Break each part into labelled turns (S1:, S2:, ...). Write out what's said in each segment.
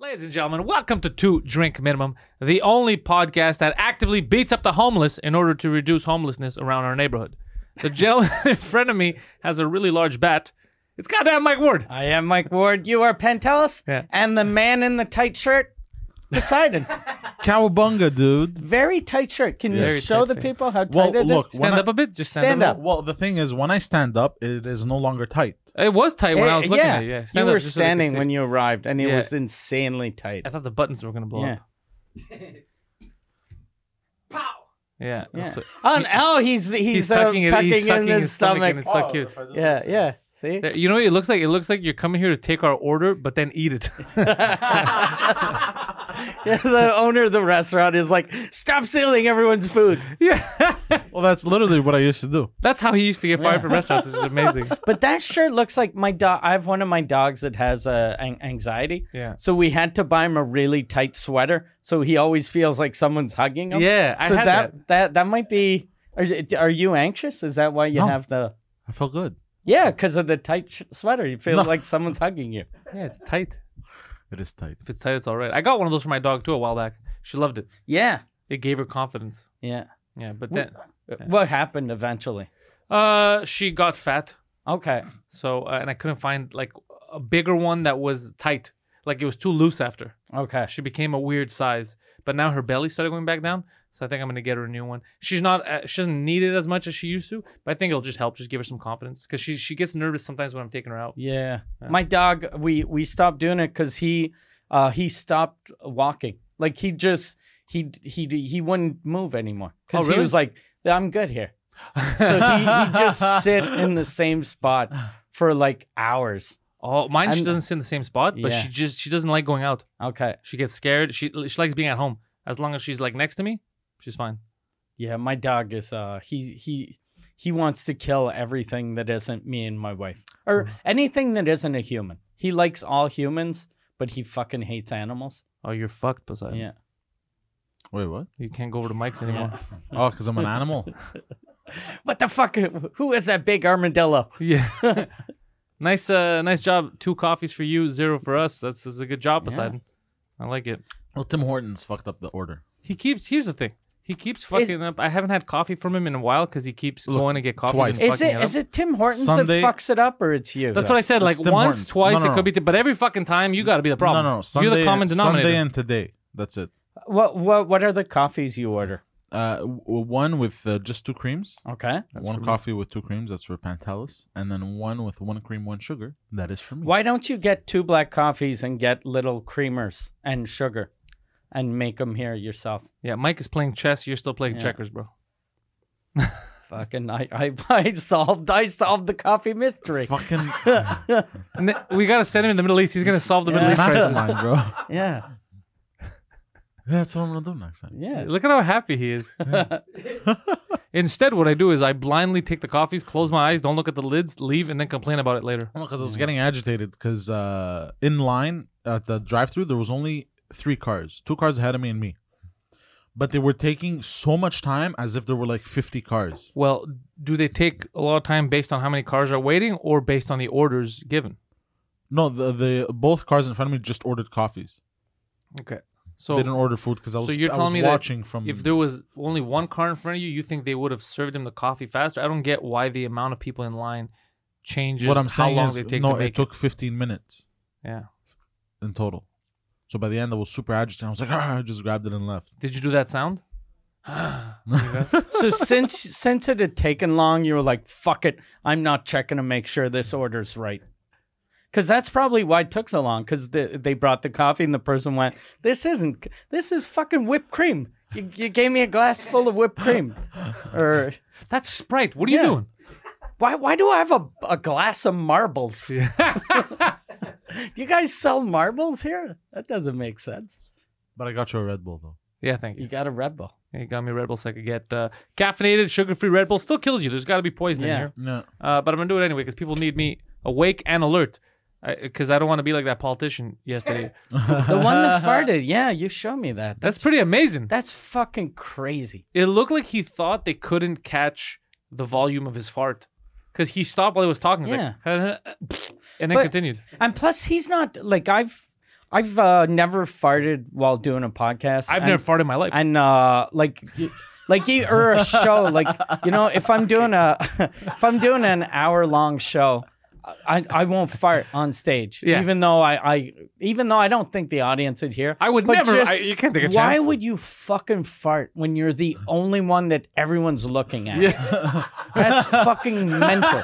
S1: Ladies and gentlemen, welcome to Two Drink Minimum, the only podcast that actively beats up the homeless in order to reduce homelessness around our neighborhood. The gentleman in front of me has a really large bat. It's goddamn Mike Ward.
S2: I am Mike Ward. You are Pentelis,
S1: Yeah.
S2: and the man in the tight shirt, Poseidon.
S3: Cowabunga, dude.
S2: Very tight shirt. Can you
S1: Very
S2: show
S1: tight
S2: the
S1: thing.
S2: people how tight
S3: Well,
S2: it is?
S3: look,
S1: Stand
S3: When I-
S1: up a bit. Just stand,
S2: Stand
S1: up.
S2: up.
S3: Well, the thing is, when I stand up, it is no longer tight.
S1: It was tight when I was
S2: Eh,
S1: looking
S2: yeah,
S1: at you. Yeah,
S2: you
S1: stand up
S2: were
S1: just so they could
S2: standing
S1: see.
S2: when you arrived, and it
S1: Yeah.
S2: was insanely tight.
S1: I thought the buttons were gonna blow
S2: Yeah.
S1: up. Yeah.
S2: Yeah.
S1: that's it.
S2: Oh, and- oh, he's he's,
S1: He's
S2: uh,
S1: tucking it. He's
S2: tucking in
S1: sucking
S2: his, stomach.
S1: and it's so cute.
S2: yeah, yeah. See,
S1: Yeah, You know, what it looks like it looks like you're coming here to take our order, but then eat it.
S2: Yeah, the owner of the restaurant is like, stop stealing everyone's food.
S1: yeah,
S3: Well, that's literally what I used to do.
S1: that's how he used to get fired from restaurants, which is amazing.
S2: But that shirt looks like my dog. I have one of my dogs that has uh, an- anxiety.
S1: Yeah.
S2: So we had to buy him a really tight sweater, so he always feels like someone's hugging him.
S1: Yeah, I
S2: so
S1: had
S2: that, that that might be. Are, you- are you anxious? Is that why you
S3: No.
S2: have the?
S3: I felt good.
S2: Yeah, because of the tight sh- sweater, you feel
S3: No.
S2: like someone's hugging you.
S1: Yeah, it's tight.
S3: It is tight.
S1: If it's tight, it's all right. I got one of those for my dog too a while back. She loved it.
S2: Yeah.
S1: It gave her confidence.
S2: Yeah.
S1: Yeah, but then
S2: What happened eventually?
S1: uh, she got fat.
S2: Okay.
S1: So uh, and I couldn't find like a bigger one that was tight. Like it was too loose after.
S2: Okay.
S1: She became a weird size, but now her belly started going back down. So I think I'm gonna get her a new one. She's not, uh, she doesn't need it as much as she used to, but I think it'll just help, just give her some confidence because she she gets nervous sometimes when I'm taking her out.
S2: Yeah. My dog, we we stopped doing it because he uh he stopped walking. Like he just he he he wouldn't move anymore because
S1: Oh,
S2: he
S1: really?
S2: was like, I'm good here. so he, he just sit in the same spot for like hours.
S1: Oh, mine she
S2: I'm-
S1: doesn't sit in the same spot, but
S2: Yeah.
S1: she just she doesn't like going out.
S2: Okay.
S1: She gets scared. She she likes being at home. As long as she's like next to me, she's fine.
S2: Yeah, my dog is uh he he he wants to kill everything that isn't me and my wife or anything that isn't a human. He likes all humans, but he fucking hates animals.
S1: Oh, you're fucked, Poseidon.
S2: Yeah.
S3: Wait, what?
S1: You can't go over to Mike's anymore.
S3: Oh, because I'm an animal.
S2: What the fuck? Who is that big armadillo?
S1: Yeah. nice uh nice job. Two coffees for you, zero for us. That's, that's a good job, Poseidon. I like it.
S3: well, Tim Hortons fucked up the order.
S1: He keeps. Here's the thing. He keeps fucking up. I haven't had coffee from him in a while because he keeps going to get coffee.
S3: twice.
S1: And
S2: Is
S1: fucking
S2: it
S1: it, up.
S2: is it Tim Hortons
S3: Sunday-
S2: that fucks it up or it's you?
S1: That's what I said.
S3: It's
S1: Like
S3: Tim
S1: once,
S3: Hortons.
S1: twice,
S3: No, no,
S1: it could be.
S3: no.
S1: Th- but every fucking time, you got to be the problem.
S3: No, no, no. Sunday,
S1: You're the common denominator.
S3: Sunday and today. That's it.
S2: what what what are the coffees you order?
S3: Uh, w- one with uh, just two creams.
S2: Okay.
S3: one coffee with two creams. That's for Pantelis, and then one with one cream, one sugar. That is for me.
S2: Why don't you get two black coffees and get little creamers and sugar and make them here yourself?
S1: yeah, Mike is playing chess. You're still playing checkers, bro.
S2: Fucking I I, I solved I solved the coffee mystery.
S3: Fucking
S1: And th- we gotta send him in the Middle East. He's gonna solve the Middle East crisis.
S3: mastermind, bro.
S2: Yeah.
S3: That's what I'm gonna do next time.
S2: Yeah.
S1: Look at how happy he is. Instead, what I do is I blindly take the coffees, close my eyes, don't look at the lids, leave, and then complain about it later.
S3: because I was getting agitated because uh, in line at the drive-through there was only three cars, two cars ahead of me and me, but they were taking so much time as if there were like fifty cars.
S1: Well, do they take a lot of time based on how many cars are waiting, or based on the orders given?
S3: No, the, the both cars in front of me just ordered coffees.
S1: Okay. So
S3: they didn't order food because I was,
S1: so you're
S3: I
S1: telling
S3: was
S1: me
S3: watching
S1: that
S3: from
S1: if there was only one car in front of you, you think they would have served him the coffee faster? I don't get why the amount of people in line changes.
S3: what I'm
S1: how
S3: saying
S1: long
S3: is
S1: they take
S3: no,
S1: to make
S3: it took fifteen minutes
S1: it. Yeah.
S3: in total. So by the end I was super agitated. I was like, "Ah," I just grabbed it and left.
S1: Did you do that sound?
S2: So since since it had taken long, you were like, "Fuck it, I'm not checking to make sure this order's right." Because that's probably why it took so long. Because they brought the coffee and the person went, "This isn't. This is fucking whipped cream. You, you gave me a glass full of whipped cream. Or
S1: That's Sprite. What are you
S2: Yeah.
S1: doing?
S2: why why do I have a, a glass of marbles? you guys sell marbles here? That doesn't make sense.
S3: But I got you a Red Bull though.
S1: Yeah, thank
S2: You
S1: you.
S2: got a Red Bull.
S1: You got me Red Bull so I could get uh, caffeinated, sugar free Red Bull. Still kills you. There's got to be poison in
S2: Yeah.
S1: here.
S3: Yeah.
S1: Uh, but I'm going to do it anyway because people need me awake and alert because I, don't want to be like that politician yesterday.
S2: The one that farted. Yeah, you show me that.
S1: That's pretty amazing.
S2: That's fucking crazy.
S1: It looked like he thought they couldn't catch the volume of his fart because he stopped while he was talking. He's like, and then
S2: But-
S1: continued.
S2: And plus, he's not like I've I've uh, never farted while doing a podcast.
S1: I've
S2: and,
S1: never farted in my life.
S2: and uh, like y- like you or a show like you know if I'm doing a if I'm doing an hour long show. I, I won't fart on stage,
S1: Yeah.
S2: even though I, I even though I don't think the audience would hear.
S1: I would
S2: But
S1: never-
S2: just
S1: I- you can't take a
S2: Why
S1: chance.
S2: would you fucking fart when you're the only one that everyone's looking at? That's fucking mental.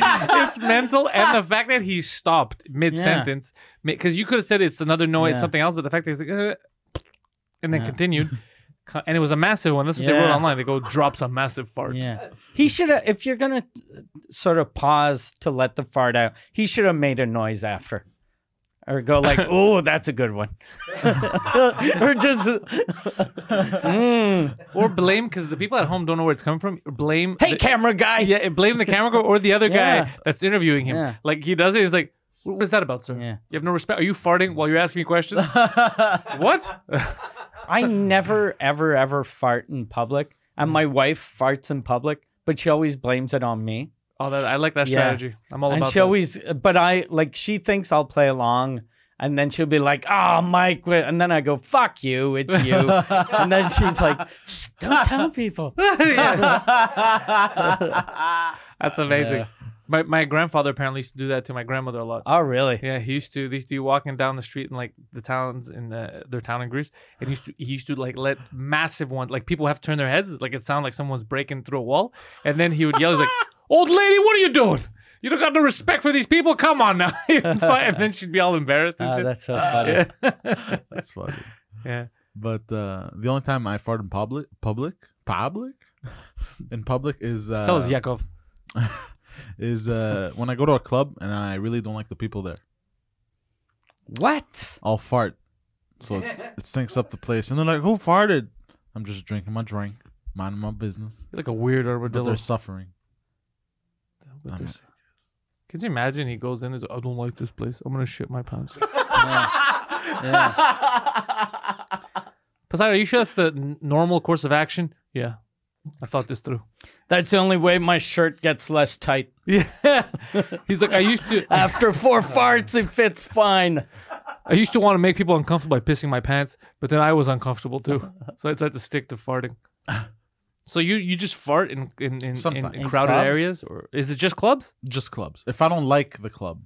S1: it's mental, and the fact that he stopped mid sentence because you could have said it's another noise,
S2: Yeah.
S1: something else, but the fact that he's like, "Uh," and then continued, co- and it was a massive one. That's what they wrote
S2: Yeah.
S1: online. They go drops a massive fart.
S2: Yeah. Uh, He should have, if you're going to sort of pause to let the fart out, he should have made a noise after. Or go like, oh, that's a good one. or just, "Mm,
S1: Or blame because the people at home don't know where it's coming from. Blame
S2: hey,
S1: the,
S2: camera guy.
S1: yeah, blame the camera guy or the other
S2: Yeah.
S1: guy that's interviewing him.
S2: Yeah.
S1: Like he does it, he's like, "What was that about, sir?
S2: Yeah.
S1: You have no respect. Are you farting while you're asking me questions? what?
S2: I never, ever, ever fart in public. And my wife farts in public, but she always blames it on me.
S1: Oh, that, I like that
S2: Yeah.
S1: strategy. I'm all
S2: and
S1: about
S2: she
S1: that.
S2: always but i like she thinks i'll play along and then she'll be like oh mike wait," and then i go fuck you it's you and then she's like "Shh, don't tell people
S1: That's amazing. My my grandfather apparently used to do that to my grandmother a lot.
S2: oh really
S1: Yeah, he used to. They used to be walking down the street in like the towns in uh, their town in Greece, and he used to he used to like let massive ones like people have to turn their heads, like it sounded like someone's breaking through a wall, and then he would yell, he's like, "Old lady, what are you doing? You don't got no respect for these people. Come on now!" and then she'd be all embarrassed
S3: Ah,
S1: and
S2: Oh,
S1: shit.
S2: that's so funny
S3: That's funny.
S1: Yeah.
S3: But uh, the only time I fart in public, public, public, in public is uh,
S1: Tell us, Yakov.
S3: is uh, when I go to a club and I really don't like the people there.
S2: what
S3: I'll fart, so it, it stinks up the place, and they're like, "Who farted?" I'm just drinking my drink, minding my business,
S1: You're like a weird
S3: but
S1: armadillo.
S3: they're suffering.
S1: But there's- Could you imagine? He goes in. He's, I don't like this place. I'm gonna shit my pants. Poseidon, are you sure that's the n- normal course of action? Yeah, I thought this through.
S2: that's the only way my shirt gets less tight
S1: Yeah, he's like, I used to,
S2: after four farts it fits fine
S1: I used to want to make people uncomfortable by pissing my pants, but then I was uncomfortable too, so I decided to stick to farting. So you you just fart in in in, in,
S3: Sometimes.
S1: in
S3: In
S1: crowded
S2: clubs?
S1: areas, or is it just clubs?
S3: Just clubs. If I don't like the club,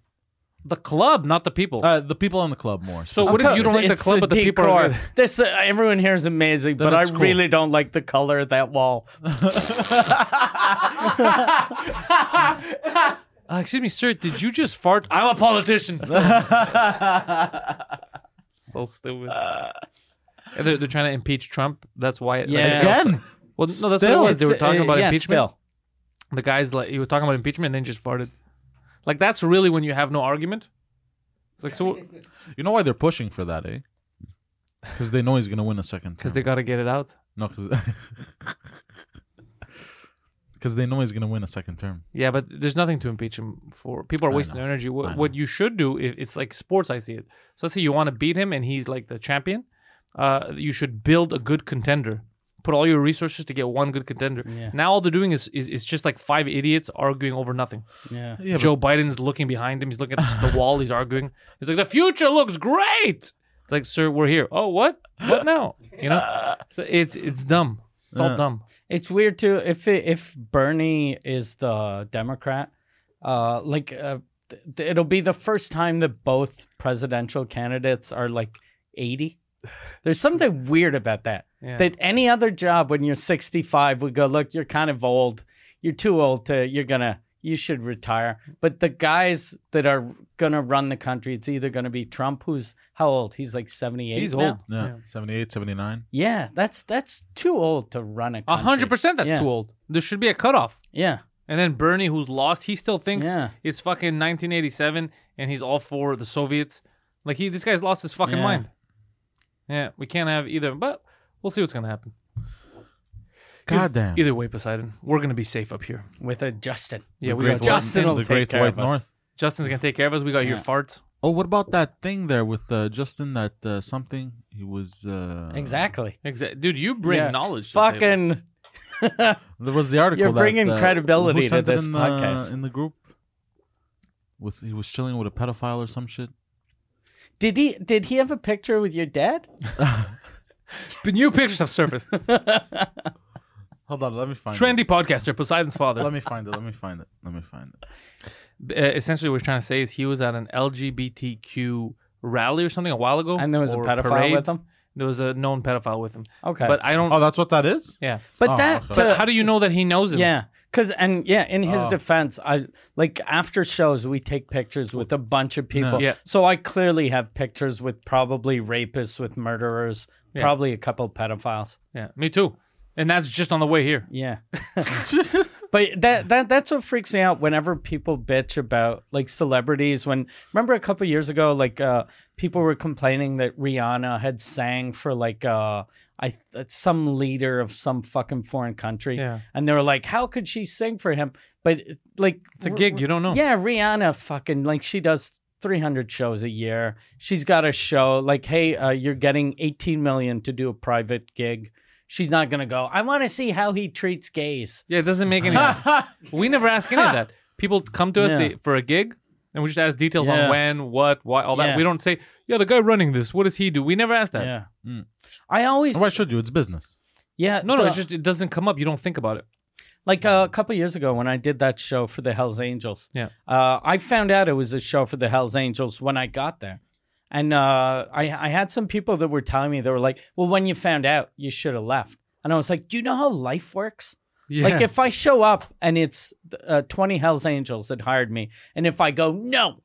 S1: The club, not the people.
S3: uh, the people in the club more.
S1: so what if you don't like the
S2: It's
S1: club, but the people are
S2: decor.
S1: there?
S2: this uh, everyone here is amazing
S3: Then
S2: but i
S3: it's cool.
S2: really don't like the color of that wall
S1: Uh, excuse me, sir, did you just fart? I'm a politician. so stupid. And they're, they're trying to impeach Trump. That's why. like,
S2: Yeah.
S3: again?
S1: Well, no, that's
S3: Still,
S1: what it was. They were
S2: It's, uh,
S1: talking about
S2: yeah,
S1: impeachment.
S2: still.
S1: The guy's like, he was talking about impeachment and then just farted. Like, that's really when you have no argument. It's like, so,
S3: You know why they're pushing for that, eh? Because they know he's gonna win a second.
S1: because
S3: Term.
S1: they got to get it out.
S3: No, because they know he's gonna win a second term.
S1: Yeah, but there's nothing to impeach him for. People are wasting their energy.
S3: I
S1: What,
S3: know.
S1: what you should do, i- it's like sports, I see it. So let's say you want to beat him and he's like the champion. Uh, you should build a good contender. Put all your resources to get one good contender. Now all they're doing is, is is just like five idiots arguing over nothing.
S2: yeah
S3: Yeah,
S1: Joe Biden's looking behind him. He's looking at the wall. He's arguing. He's like, "The future looks great." It's like, "Sir, we're here." Oh, what? What now? You know, so it's it's dumb. It's all
S3: Uh.
S1: dumb.
S2: It's weird too. If it, if Bernie is the Democrat, uh, like uh, th- th- it'll be the first time that both presidential candidates are like eighty. There's something weird about that.
S1: Yeah.
S2: That any other job when you're 65 would go, look, you're kind of old. You're too old to. You're gonna. you should retire. But the guys that are gonna run the country, it's either gonna be Trump, who's how old? He's like seventy eight.
S1: He's
S2: now.
S1: old.
S3: Yeah,
S1: Yeah.
S3: 78, 79.
S2: Yeah, that's that's too old to run
S1: A
S2: a country.
S1: hundred percent. That's
S2: Yeah.
S1: too old. There should be a cutoff.
S2: Yeah,
S1: And then Bernie, who's lost, he still thinks
S2: Yeah.
S1: it's fucking 1987, and he's all for the Soviets. Like he, this guy's lost his fucking
S2: Yeah.
S1: mind. Yeah, we can't have either. But we'll see what's gonna happen.
S3: Goddamn.
S1: Either way, Poseidon, we're gonna be safe up here.
S2: with a Justin.
S1: Yeah, we
S3: Great
S1: got
S3: White-
S1: Justin.
S2: Justin will
S3: the
S2: take
S3: Great
S2: care
S3: White
S2: of us.
S3: North.
S1: Justin's gonna take care of us. We got your
S2: Yeah.
S1: farts.
S3: Oh, what about that thing there with uh, Justin? That uh, something he was uh,
S2: Exactly.
S1: Exactly, dude. You bring
S2: Yeah.
S1: knowledge. to the table.
S2: Fucking.
S3: There was the article.
S2: You're
S3: that,
S2: bringing
S3: uh,
S2: credibility
S3: who sent
S2: to
S3: it
S2: this
S3: in
S2: podcast.
S3: the, in the group. With he was chilling with a pedophile or some shit.
S2: did he did he have a picture with your dad?
S1: But new pictures have surfaced.
S3: Hold on, let me find
S1: Trendy podcaster Poseidon's
S3: it.
S1: father.
S3: Let me find it. Let me find it. Let me find it.
S1: Uh, essentially, what we're trying to say is he was at an LGBTQ rally or something a while ago,
S2: And there was a
S1: or
S2: pedophile
S1: parade.
S2: with him.
S1: There was a known pedophile with him.
S2: Okay.
S1: but I don't.
S3: Oh, that's what that is.
S1: yeah,
S2: But
S3: Oh,
S2: that
S3: okay.
S2: to-
S1: But how do you know that he knows him?
S2: Yeah, because and yeah, in
S3: Oh.
S2: his defense, I like after shows we take pictures with a bunch of people.
S1: Yeah.
S2: So I clearly have pictures with probably rapists, with murderers, probably a couple pedophiles.
S1: yeah, me too. And that's just on the way here.
S2: Yeah. but that that that's what freaks me out whenever people bitch about like celebrities when remember a couple years ago like uh people were complaining that Rihanna had sang for like uh I some leader of some fucking foreign country
S1: Yeah.
S2: and they were like how could she sing for him but like
S1: It's a gig you don't know.
S2: yeah, Rihanna fucking like she does 300 shows a year. She's got a show like, hey, uh, you're getting 18 million to do a private gig. She's not gonna go. I want to see how he treats gays.
S1: yeah, it doesn't make any. sense. we never ask any of that. People come to us
S2: Yeah.
S1: they, for a gig, and we just ask details on
S2: Yeah.
S1: when, what, why, all that.
S2: Yeah.
S1: We don't say, yeah, the guy running this. What does he do? We never ask that.
S2: Yeah,
S3: Mm.
S2: I always
S3: Why should you? It's business.
S2: yeah
S1: Hmm. No, no,
S2: the-
S1: it's just it doesn't come up. You don't think about it.
S2: like uh, a couple years ago when I did that show for the Hell's Angels.
S1: Yeah.
S2: Uh, I found out it was a show for the Hell's Angels when I got there. And uh, I, I had some people that were telling me, they were like, well, when you found out, you should have left. And I was like, do you know how life works? Like if I show up and it's uh, 20 Hells Angels that hired me, and if I go, no,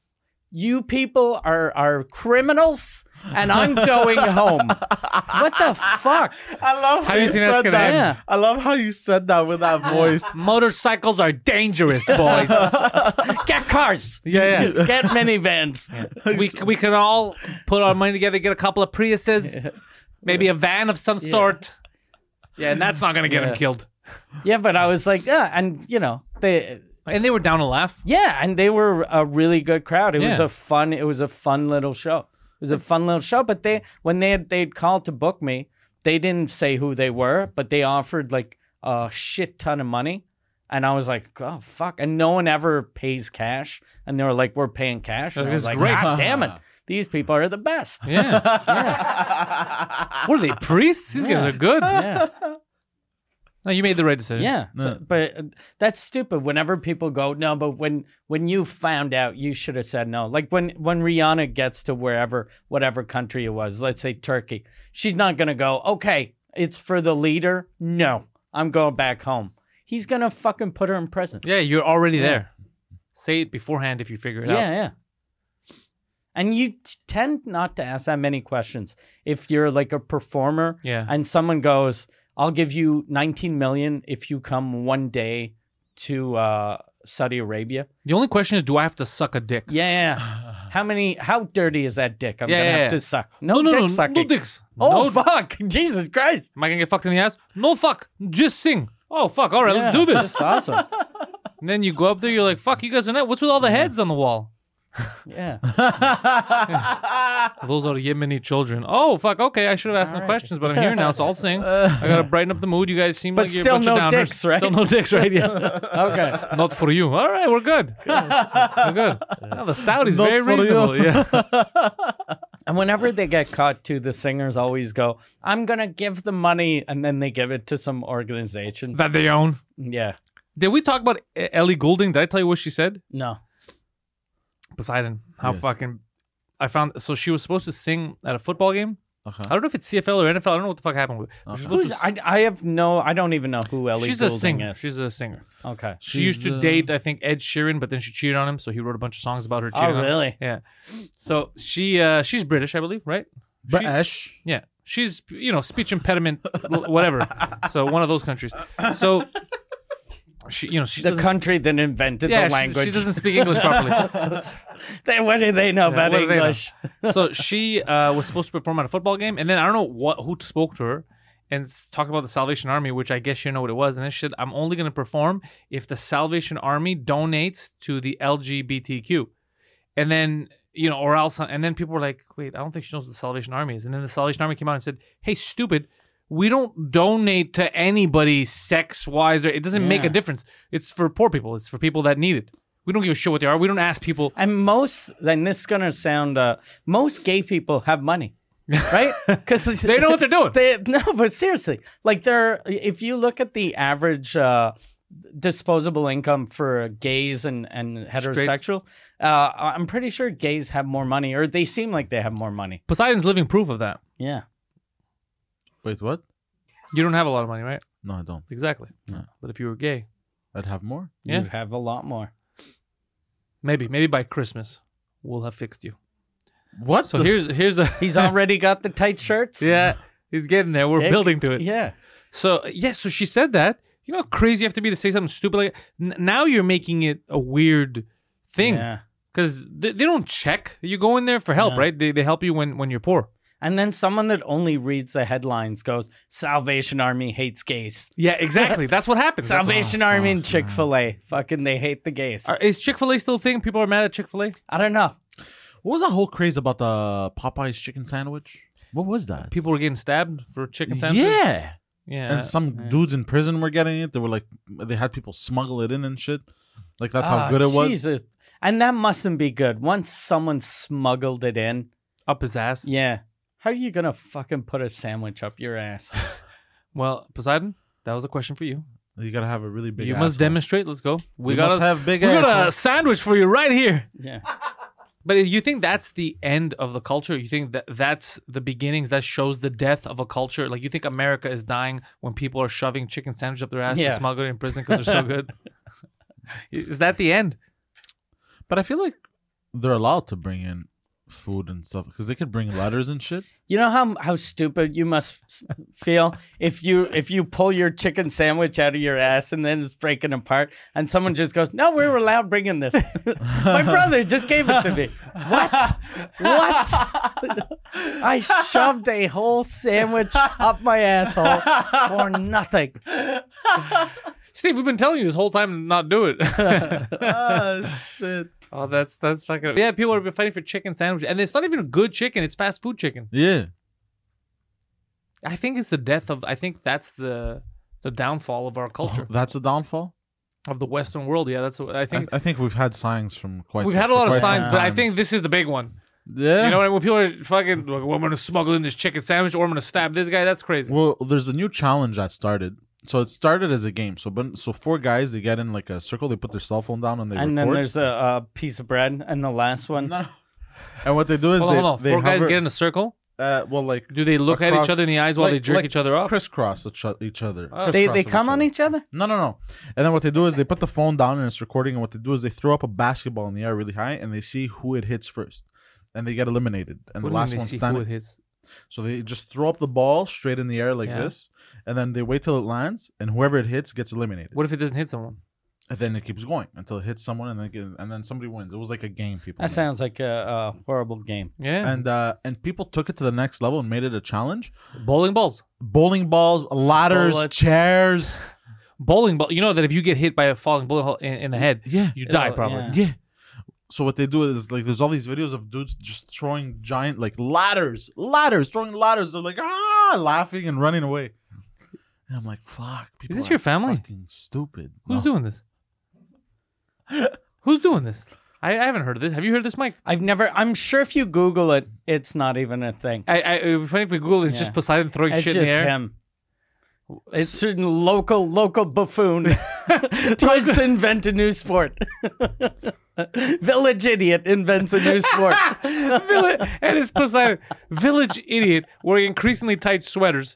S2: you people are are criminals, and I'm going home. What the fuck?
S3: I love
S1: How do you think that's gonna end?
S2: Yeah.
S3: I love how you said that with that voice.
S1: Motorcycles are dangerous, boys. yeah,
S2: Get cars.
S1: yeah.
S2: Get minivans.
S1: we c- we can all put our money together, get a couple of Priuses, maybe a van of some sort. Yeah, and that's not gonna get him killed.
S2: Yeah, but I was like, yeah, and you know they.
S1: And they were down to laugh.
S2: Yeah, and they were a really good crowd. It was
S1: Yeah.
S2: a fun. It was a fun little show. It was a fun little show. But they when they had, they'd called to book me, they didn't say who they were, but they offered like a shit ton of money, and I was like, oh fuck, and no one ever pays cash, and they were like, we're paying cash. And I
S1: This
S2: was
S1: is
S2: like,
S1: great.
S2: God damn it, these people are the best.
S1: Yeah. What are they priests? These guys are good.
S2: Yeah.
S1: No, you made the right decision.
S2: Yeah, so- but uh, that's stupid. Whenever people go, no, but when when you found out, you should have said no. Like when when Rihanna gets to wherever, whatever country it was, let's say Turkey, she's not gonna go. Okay, it's for the leader. No, I'm going back home. He's gonna fucking put her in prison.
S1: Yeah, you're already there. Say it beforehand if you figure it
S2: yeah,
S1: out.
S2: yeah. And you t- tend not to ask that many questions if you're like a performer.
S1: Yeah.
S2: And someone goes, "I'll give you 19 million if you come one day to uh, Saudi Arabia."
S1: The only question is do I have to suck a dick?
S2: Yeah. yeah. how many? How dirty is that dick? I'm
S1: Yeah,
S2: gonna
S1: yeah,
S2: have
S1: yeah.
S2: to suck.
S1: No,
S2: No,
S1: no,
S2: dick
S1: no,
S2: sucking.
S1: no dicks.
S2: Oh
S1: no,
S2: fuck! Jesus Christ!
S1: am I gonna get fucked in the ass? No fuck. Just sing. Oh fuck. All right, let's
S2: Yeah,
S1: do this.
S2: That's awesome.
S1: And then you go up there, you're like, fuck, you guys are not. What's with all the heads on the wall?
S2: Yeah.
S1: Those are Yemeni children. Oh fuck. Okay, I should have asked some questions, but I'm here now, so I'll sing. I gotta brighten up the mood. You guys seem
S2: But
S1: like you're a
S2: still
S1: bunch
S2: no
S1: of downers.
S2: dicks, right?
S1: Still no dicks, right? Yeah.
S2: Okay.
S1: Not for you. All right, we're good. We're good. Now the Saudi's
S3: Not
S1: very
S3: for you.
S1: reasonable. Yeah.
S2: And whenever they get caught, too, the singers always go, "I'm gonna give the money," and then they give it to some organization.
S1: that they own.
S2: Yeah.
S1: Did we talk about E- Ellie Goulding? Did I tell you what she said?
S2: No.
S1: Poseidon, how
S3: Yes.
S1: fucking I found. So she was supposed to sing at a football game,
S3: Okay.
S1: I don't know if it's CFL or NFL. I don't know what the fuck happened with. her. She's supposed
S2: Who's,
S1: to
S2: I, I have no, I don't even know who Ellie
S1: She's a
S2: Goulding
S1: singer.
S2: is.
S1: She's a singer.
S2: okay.
S1: She used
S3: She's,
S1: to
S3: uh,
S1: date, I think, Ed Sheeran, but then she cheated on him, so he wrote a bunch of songs about her cheating.
S2: Oh,
S1: on him.
S2: really?
S1: Yeah. So she uh, she's British, I believe, right?
S3: But
S1: She-
S3: Ash,
S1: Yeah. She's you know speech impediment, l- whatever. So one of those countries. So she you know she
S2: The
S1: doesn't-
S2: country that invented
S1: yeah,
S2: the
S1: she-
S2: language.
S1: she doesn't speak English properly.
S2: They- what do they know about
S1: what do they know?
S2: English?
S1: so she uh, was supposed to perform at a football game, and then I don't know what who spoke to her and s- talked about the Salvation Army, which I guess you know what it was. And then she said, "I'm only going to perform if the Salvation Army donates to the LGBTQ." And then you know, or else, and then people were like, "Wait, I don't think she knows what the Salvation Army is." And then the Salvation Army came out and said, "Hey, stupid." We don't donate to anybody sex wise, or it doesn't make a
S2: Yeah.
S1: difference. It's for poor people. It's for people that need it. We don't give a shit what they are. We don't ask people.
S2: And most, then this is going to sound, uh, most gay people have money, right? Because
S1: They know what they're doing.
S2: They, no, but seriously, like they're, if you look at the average uh, disposable income for gays and, and heterosexual, uh, I'm pretty sure gays have more money or they seem like they have more money.
S1: Poseidon's living proof of that.
S2: Yeah.
S3: wait, what?
S1: You don't have a lot of money, right?
S3: No, I don't.
S1: Exactly.
S3: No.
S1: But if you were gay,
S3: I'd have more.
S1: Yeah.
S2: You have a lot more.
S1: maybe, maybe by Christmas, we'll have fixed you.
S3: What?
S1: So
S3: the-
S1: here's here's the
S2: He's already got the tight shirts.
S1: yeah, he's getting there. We're
S2: Dick.
S1: building to it.
S2: Yeah.
S1: So yeah, so she said that. You know how crazy you have to be to say something stupid like that? N- now you're making it a weird thing
S2: Yeah.
S1: because they, they don't check. You go in there for help,
S2: Yeah.
S1: right? They, they help you when when you're poor.
S2: And then someone that only reads the headlines goes, Salvation Army hates gays.
S1: Yeah, exactly. That's what happens. That's what-
S2: Salvation Army and Chick fil A. Fucking they hate the gays.
S1: Are- Is Chick Fil A still a thing? People are mad at Chick Fil A.
S2: I don't know.
S3: what was that whole craze about the Popeyes chicken sandwich? What was that?
S1: People were getting stabbed for chicken sandwiches.
S3: Yeah.
S1: yeah.
S3: And some dudes in prison were getting it. They were like, they had people smuggle it in and shit. Like that's
S2: Ah,
S3: how good it was.
S2: Jesus. And that mustn't be good. Once someone smuggled it in,
S1: up his ass.
S2: yeah. How are you gonna fucking put a sandwich up your ass?
S1: Well, Poseidon, that was a question for you.
S3: You gotta have a really big.
S1: you must
S3: asshole.
S1: demonstrate. Let's go. We
S3: You
S1: got
S3: must
S1: a,
S3: have big
S1: we got a
S3: asshole.
S1: sandwich for you right here.
S2: Yeah.
S1: But you think that's the end of the culture? You think that that's the beginnings? That shows the death of a culture? Like you think America is dying when people are shoving chicken sandwich up their ass to
S2: Yeah.
S1: smuggle it in prison because they're so good? is that the end?
S3: But I feel like they're allowed to bring in food and stuff because they could bring letters and shit.
S2: You know how how stupid you must s- feel if you if you pull your chicken sandwich out of your ass and then it's breaking apart and someone just goes, "No, we were allowed bringing this. My brother just gave it to me." What? What? I shoved a whole sandwich up my asshole for nothing.
S1: Steve, we've been telling you this whole time to not do it. oh shit. Oh, that's that's fucking Yeah, people have been fighting for chicken sandwich. And it's not even good chicken, it's fast food chicken.
S3: Yeah.
S1: I think it's the death of. I think that's the the downfall of our culture
S3: That's a downfall.
S1: of the Western world. Yeah, that's. what I
S3: I,
S1: think
S3: Oh. I think we've had signs from quite.
S1: we've
S3: some-
S1: had a lot
S3: for
S1: of
S3: quite some
S1: signs, but I
S3: times.
S1: think this is the big one.
S3: Yeah.
S1: You know, what I mean? when people are fucking, like, well, I'm gonna smuggle in this chicken sandwich, or I'm gonna stab this guy. That's crazy.
S3: Well, there's a new challenge that started. So it started as a game. So but so four guys they get in like a circle, they put their cell phone down and they
S2: And then
S3: record.
S2: there's a, a piece of bread and the last one.
S3: and what they do is
S1: Hold on,
S3: they,
S1: hold on.
S3: they
S1: Four guys
S3: hover-
S1: get in a circle.
S3: uh, well like
S1: Do they look at
S3: across-
S1: each other in the eyes while
S3: like-
S1: they jerk
S3: like
S1: each other off? Oh.
S3: Crisscross each o- each other.
S2: They
S3: Crisscross
S2: they
S3: of
S2: come on
S3: each other.
S2: each other.
S3: No, no, no. And then what they do is they put the phone down and it's recording. And what they do is they throw up a basketball in the air really high and they see who it hits first, and they get eliminated. And
S1: What do you
S3: the
S1: mean
S3: last
S1: they
S3: one
S1: see who
S3: standing.
S1: it hits?
S3: So they just throw up the ball straight in the air like
S1: Yeah.
S3: this, and then they wait till it lands, and whoever it hits gets eliminated.
S1: What if it doesn't hit someone?
S3: And then it keeps going until it hits someone, and then it- and then somebody wins. It was like a game, people.
S2: That
S3: made.
S2: sounds like a, a horrible game.
S1: Yeah,
S3: And uh, and people took it to the next level and made it a challenge.
S1: bowling balls,
S3: Bowling balls, ladders,
S1: Bullets.
S3: chairs.
S1: bowling ball. You know that if you get hit by a falling bullet hole in, in the head,
S3: Yeah.
S1: you die
S2: It'll-
S1: probably.
S2: yeah.
S3: Yeah. So what they do is like there's all these videos of dudes just throwing giant like ladders, ladders, throwing ladders. They're like ah, laughing and running away. And I'm like, fuck. People
S1: this
S3: are
S1: your family?
S3: Fucking stupid.
S1: Who's
S3: No.
S1: doing this? Who's doing this? I, I haven't heard of this. Have you heard of this, Mike?
S2: I've never. I'm sure if you Google it, it's not even a thing.
S1: I, I it would be funny if we Google it, it's
S2: Yeah.
S1: just Poseidon throwing
S2: It's
S1: shit in
S2: just
S1: the air.
S2: him. It's certain local local buffoon tries to invent a new sport. Village idiot invents a new sport.
S1: Villa- and it's Poseidon. Village idiot wearing increasingly tight sweaters.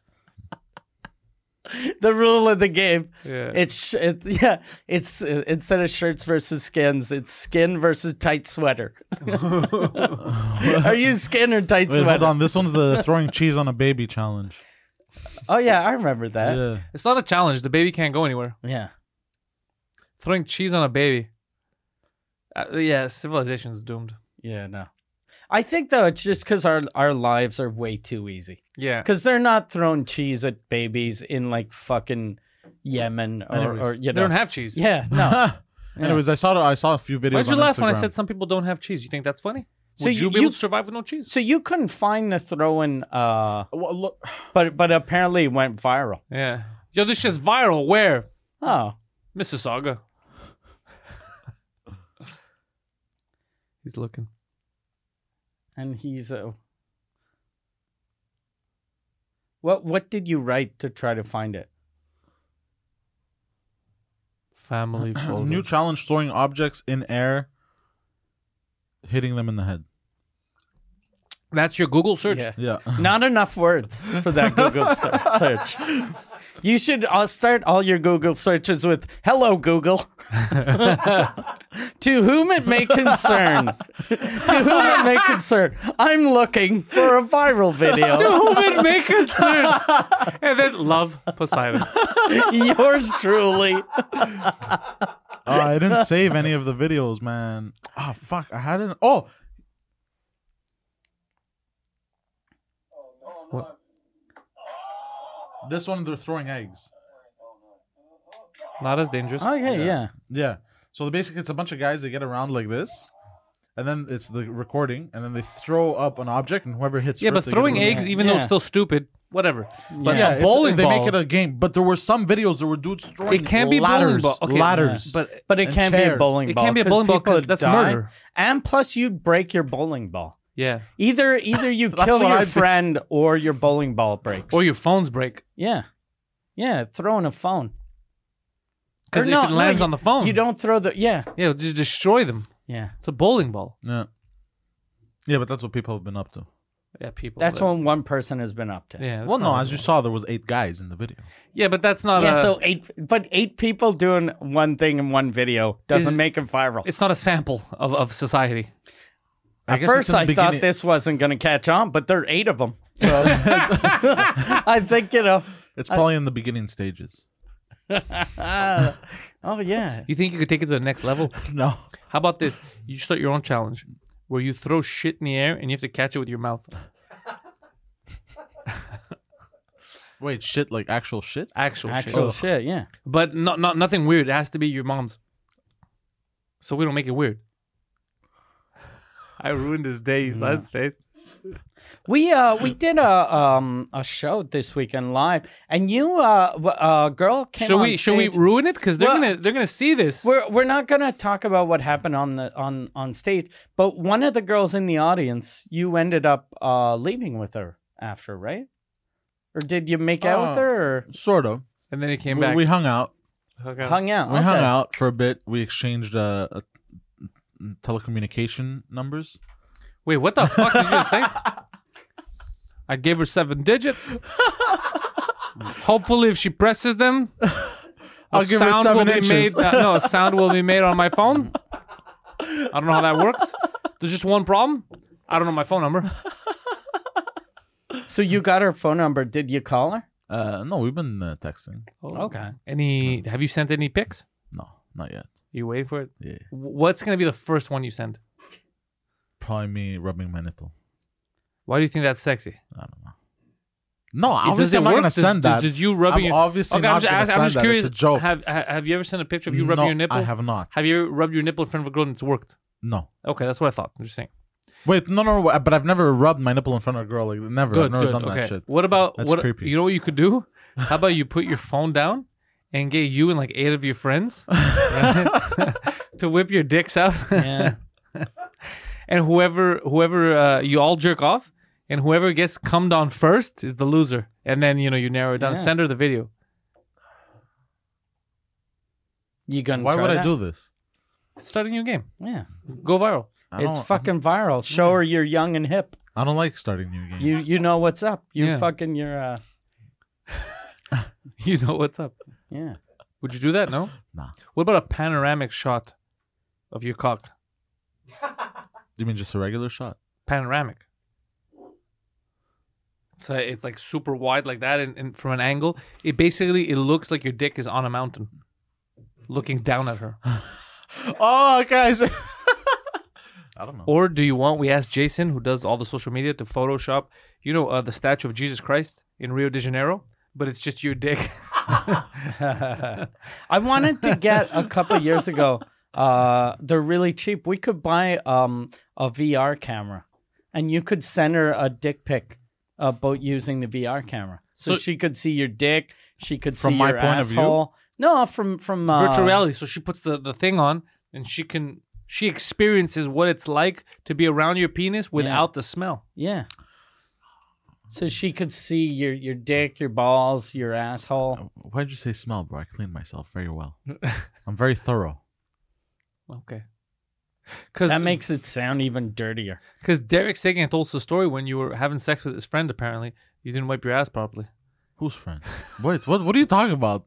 S2: the rule of the game.
S1: Yeah.
S2: It's sh- it, yeah. It's uh, instead of shirts versus skins, it's skin versus tight sweater. Are you skin or tight
S3: Wait, hold
S2: sweater?
S3: on. This one's the throwing cheese on a baby challenge.
S2: Oh yeah, I remember that. Yeah.
S3: Yeah.
S1: It's not a challenge. The baby can't go anywhere. Throwing cheese on a baby. Uh, yeah, civilization's doomed.
S2: Yeah, no. I think though it's just because our our lives are way too easy.
S1: Yeah.
S2: Because they're not throwing cheese at babies in like fucking Yemen or,
S3: Anyways.
S2: or you
S1: They
S2: know.
S1: don't have cheese.
S2: yeah, no.
S3: Anyways, I saw I saw a few videos.
S1: Why'd you
S3: on
S1: laugh when I
S3: Instagram.
S1: said some people don't have cheese? You think that's funny?
S2: So
S1: Would you,
S2: you-
S1: be able
S2: you-
S1: to survive with no cheese?
S2: so you couldn't find the throwing, uh,
S3: Well, look,
S2: but but apparently it went viral.
S1: Yeah. Yo, this shit's viral. Where?
S2: Oh,
S1: Mississauga. He's looking.
S2: and he's uh, what what did you write to try to find it?
S1: Family photo.
S3: new challenge: throwing objects in air, hitting them in the head.
S1: That's your Google search.
S2: Yeah.
S3: Yeah.
S2: Not enough words for that Google ser- search. You should uh, start all your Google searches with "Hello Google." to whom it may concern. to whom it may concern. I'm looking for a viral video.
S1: To whom it may concern. and then love Poseidon.
S2: Yours truly.
S3: Oh, I didn't save any of the videos, man. Ah, fuck. I had it. Oh,
S1: What?
S3: this one they're throwing eggs.
S1: Not as dangerous.
S2: Okay, yeah.
S3: Yeah. So basically, it's a bunch of guys. They get around like this, and then it's the recording, and then they throw up an object, and whoever hits.
S1: Yeah, but
S3: first, they get
S1: throwing
S3: the win.
S1: eggs, even though it's
S2: Yeah.
S1: still stupid, whatever. But
S3: Yeah,
S1: a
S3: it's-
S1: bowling
S3: they
S1: ball.
S3: make it a game. But there were some videos there were dudes throwing.
S1: it can be bowling
S3: ladders,
S1: ball. Okay,
S3: ladders.
S1: But
S2: But it
S3: And
S2: can't be a
S3: chairs.
S2: bowling
S1: It
S2: ball.
S1: can't be a bowling ball
S2: people
S1: 'cause that's
S2: die.
S1: murder.
S2: And plus, you break your bowling ball.
S1: yeah,
S2: Either either you kill
S3: what
S2: your
S3: I did.
S2: friend or your bowling ball breaks.
S1: or your phones break
S2: yeah, yeah, throwing a phone. Or
S1: because if
S2: no,
S1: it lands
S2: no,
S1: on the phone,
S2: You don't throw the yeah
S1: Yeah, it'll just destroy them.
S2: yeah.
S1: It's a bowling ball.
S3: yeah. Yeah, but that's what people have been up to.
S1: Yeah, people.
S2: That's
S1: that-
S2: when one person has been up to.
S1: Yeah. that's
S3: well, no,
S1: not-
S3: as you saw, there was eight guys in the video.
S1: Yeah, but that's not.
S2: Yeah,
S1: a,
S2: so eight, but eight people doing one thing in one video doesn't
S1: Is-
S2: make it viral.
S1: it's not a sample of, of society.
S3: I
S2: At
S3: guess
S2: first,
S3: it's in the
S2: I thought
S3: beginning-
S2: this wasn't going to catch on, but there are eight of them. So I think you know.
S3: It's probably in the beginning stages.
S2: Uh, oh yeah,
S1: You think you could take it to the next level?
S3: No.
S1: How about this? You start your own challenge where you throw shit in the air and you have to catch it with your mouth.
S3: Wait, shit, like actual shit?
S1: Actual,
S2: actual
S1: shit.
S2: shit. Yeah.
S1: But not not nothing weird. It has to be your mom's. So we don't make it weird. I ruined his day. His last days.
S2: We uh we did a um a show this weekend live, and you uh w- uh girl came.
S1: Should
S2: on
S1: we should we
S2: stage-
S1: ruin it? Because they're
S2: Well-
S1: gonna they're gonna see this.
S2: We're we're not gonna talk about what happened on the on on stage, but one of the girls in the audience, you ended up uh leaving with her after, right? Or did you make out with
S3: Oh.
S2: her? Or
S3: Sort of.
S1: And then he came
S3: We,
S1: back.
S3: we hung out.
S1: Okay.
S2: hung out?
S3: We hung
S2: Okay.
S3: out for a bit. We exchanged uh, uh, telecommunication numbers.
S1: Wait, what the fuck did you just say? I gave her seven digits. Hopefully, if she presses them, a
S3: I'll give her
S1: sound
S3: seven
S1: will be
S3: inches.
S1: made. uh, no, a sound will be made on my phone. I don't know how that works. There's just one problem. I don't know my phone number.
S2: So you got her phone number. Did you call her?
S3: Uh, no, we've been uh, texting.
S2: Okay.
S1: Any? Have you sent any pics?
S3: No, not yet.
S1: you waiting for it?
S3: Yeah.
S1: W- What's gonna be the first one you send?
S3: Probably me rubbing my nipple.
S1: Why do you think that's sexy?
S3: I don't know. No,
S1: Does
S3: obviously
S1: it
S3: I'm not
S1: work?
S3: gonna
S1: Does-
S3: send
S1: does-
S3: that.
S1: Does you rubbing?
S3: I'm
S1: your-
S3: obviously
S1: Okay,
S3: not
S1: I'm just,
S3: gonna
S1: I'm
S3: send
S1: just
S3: that.
S1: curious.
S3: It's a joke.
S1: Have ha- Have you ever sent a picture of you rubbing
S3: No,
S1: your nipple?
S3: I have not.
S1: Have you ever rubbed your nipple in front of a girl and it's worked?
S3: No.
S1: Okay, that's what I thought. I'm just saying.
S3: Wait, no, no, no, but I've never rubbed my nipple in front of a girl. Like, never.
S1: Good,
S3: I've never
S1: good.
S3: done
S1: okay.
S3: that shit.
S1: What about
S3: That's
S1: what?
S3: creepy.
S1: You know what you could do? How about you put your phone down and get you and like eight of your friends to whip your dicks out,
S2: Yeah.
S1: and whoever whoever uh, you all jerk off, and whoever gets cummed on first is the loser. And then you know you narrow it down.
S2: Yeah.
S1: Send her the video.
S2: You gonna?
S3: Why
S2: try
S3: would I
S2: that?
S3: do this?
S1: Start a new game.
S2: Yeah,
S1: Go viral.
S3: I
S2: it's
S3: don't-
S2: fucking viral. Show her you're young and hip.
S3: I don't like starting new games.
S2: You you know what's up. You're
S1: Yeah.
S2: fucking you're uh
S1: You know what's up.
S2: yeah.
S1: Would you do that? No.
S3: Nah.
S1: What about a panoramic shot of your cock?
S3: you mean just a regular shot?
S1: Panoramic. So it's like super wide like that, and, and from an angle, it basically it looks like your dick is on a mountain, looking down at her.
S3: Oh, guys. I don't know.
S1: Or do you want? We asked Jason, who does all the social media, to Photoshop. You know uh, the statue of Jesus Christ in Rio de Janeiro, but it's just your dick.
S2: I wanted to get a couple years ago. Uh, they're really cheap. We could buy um, a VR camera, and you could send her a dick pic about using the VR camera, so,
S1: So-
S2: she could see your dick. She could
S3: From
S2: see
S3: my
S2: your
S3: point of view?
S2: asshole. No, from from uh,
S1: virtual reality. So she puts the, the thing on and she can she experiences what it's like to be around your penis without the smell.
S2: Yeah. So she could see your your dick, your balls, your asshole.
S3: Why'd you say smell, bro? I cleaned myself very well. I'm very thorough.
S1: Okay. Cause
S2: That makes it sound even dirtier.
S1: because Derek Sagan told us a story when you were having sex with his friend. Apparently, you didn't wipe your ass properly.
S3: Who's friend? Wait, what? What are you talking about?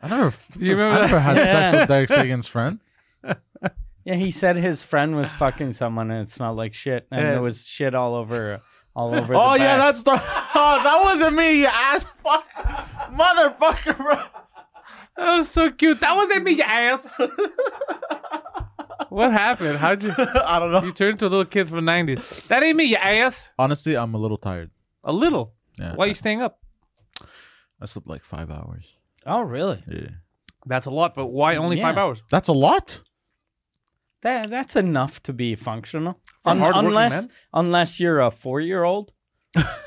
S3: I never.
S1: You remember
S3: I
S1: that?
S3: never had sex with Derek Sagan's friend.
S2: Yeah, he said his friend was fucking someone and it smelled like shit, and
S1: Yeah.
S2: there was shit all over, all over.
S3: Oh
S2: the back.
S3: yeah, that's the. Oh, that wasn't me, you ass fuck, motherfucker, bro.
S1: That was so cute. That wasn't me, you ass. what happened? How'd you
S3: I don't know.
S1: you turned to a little kid from the '90s? That ain't me, you ass.
S3: Honestly, I'm a little tired.
S1: A little.
S3: Yeah.
S1: Why are you staying up?
S3: I slept like five hours.
S2: Oh really?
S3: Yeah.
S1: That's a lot, but why only five
S2: Yeah.
S1: hours?
S3: That's a lot.
S2: That that's enough to be functional.
S1: For a hardworking
S2: unless
S1: man?
S2: unless you're a four year old.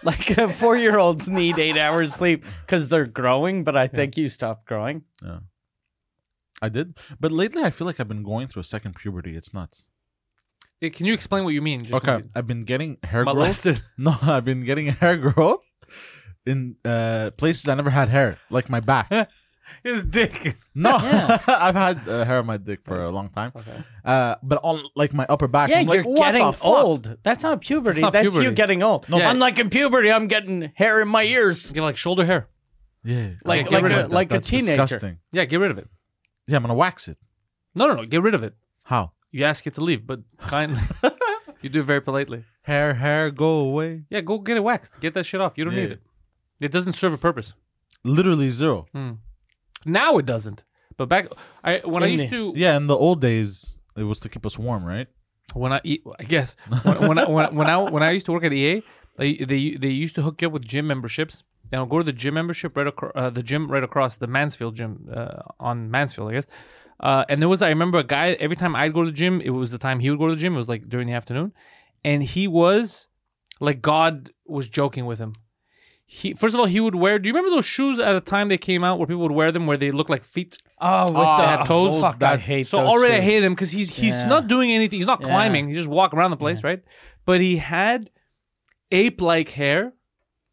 S2: like four year olds need eight hours sleep because they're growing, but I think you stopped growing.
S3: I did, but lately I feel like I've been going through a second puberty. It's nuts.
S1: Yeah, Can you explain what you mean? Just
S3: okay, I've been getting hair growth.
S1: molested.
S3: No, I've been getting hair growth in uh, places I never had hair, like my back.
S1: His dick.
S3: No,
S2: Yeah.
S3: I've had uh, hair on my dick for a long time. Uh, but on like my upper back.
S2: Yeah,
S3: I'm like,
S2: you're
S3: "What
S2: getting
S3: the fuck?"
S2: old. That's not puberty.
S1: not
S2: That's you
S1: puberty.
S2: getting old.
S1: Yeah.
S2: Unlike in puberty, I'm getting hair in my ears.
S1: Give like shoulder hair.
S3: Yeah,
S2: Like-
S3: I don't
S1: like a-
S3: that.
S2: like a
S3: That's
S2: teenager.
S3: Disgusting.
S1: Yeah, get rid of it.
S3: Yeah, I'm gonna wax it.
S1: No, no, no. Get rid of it.
S3: How?
S1: You ask it to leave, but kindly. you do it very politely.
S3: Hair, hair, go away.
S1: Yeah, go get it waxed. Get that shit off. You don't
S3: Yeah.
S1: need it. It doesn't serve a purpose.
S3: Literally zero.
S1: Now it doesn't. But back, I when I
S2: In
S1: used to,
S3: Yeah, in the old days, it was to keep us warm, right?
S1: when I eat, I guess when when I, when, when I when I used to work at EA, they they they used to hook you up with gym memberships. And I'll go to the gym membership right across uh, the gym right across the Mansfield gym uh, on Mansfield, I guess. Uh, and there was I remember a guy every time I'd go to the gym, it was the time he would go to the gym. It was like during the afternoon, and he was like God was joking with him. He first of all he would wear. Do you remember those shoes at a time they came out where people would wear them where they look like feet?
S2: Oh, with
S1: Oh,
S2: the
S1: yeah, toes.
S2: Fuck, I
S3: That-
S2: hate
S1: So
S2: those
S1: already I
S2: shoes.
S1: hated him because he's he's
S2: Yeah.
S1: not doing anything. He's not
S2: Yeah.
S1: climbing. He just walk around the place, right? But he had ape like hair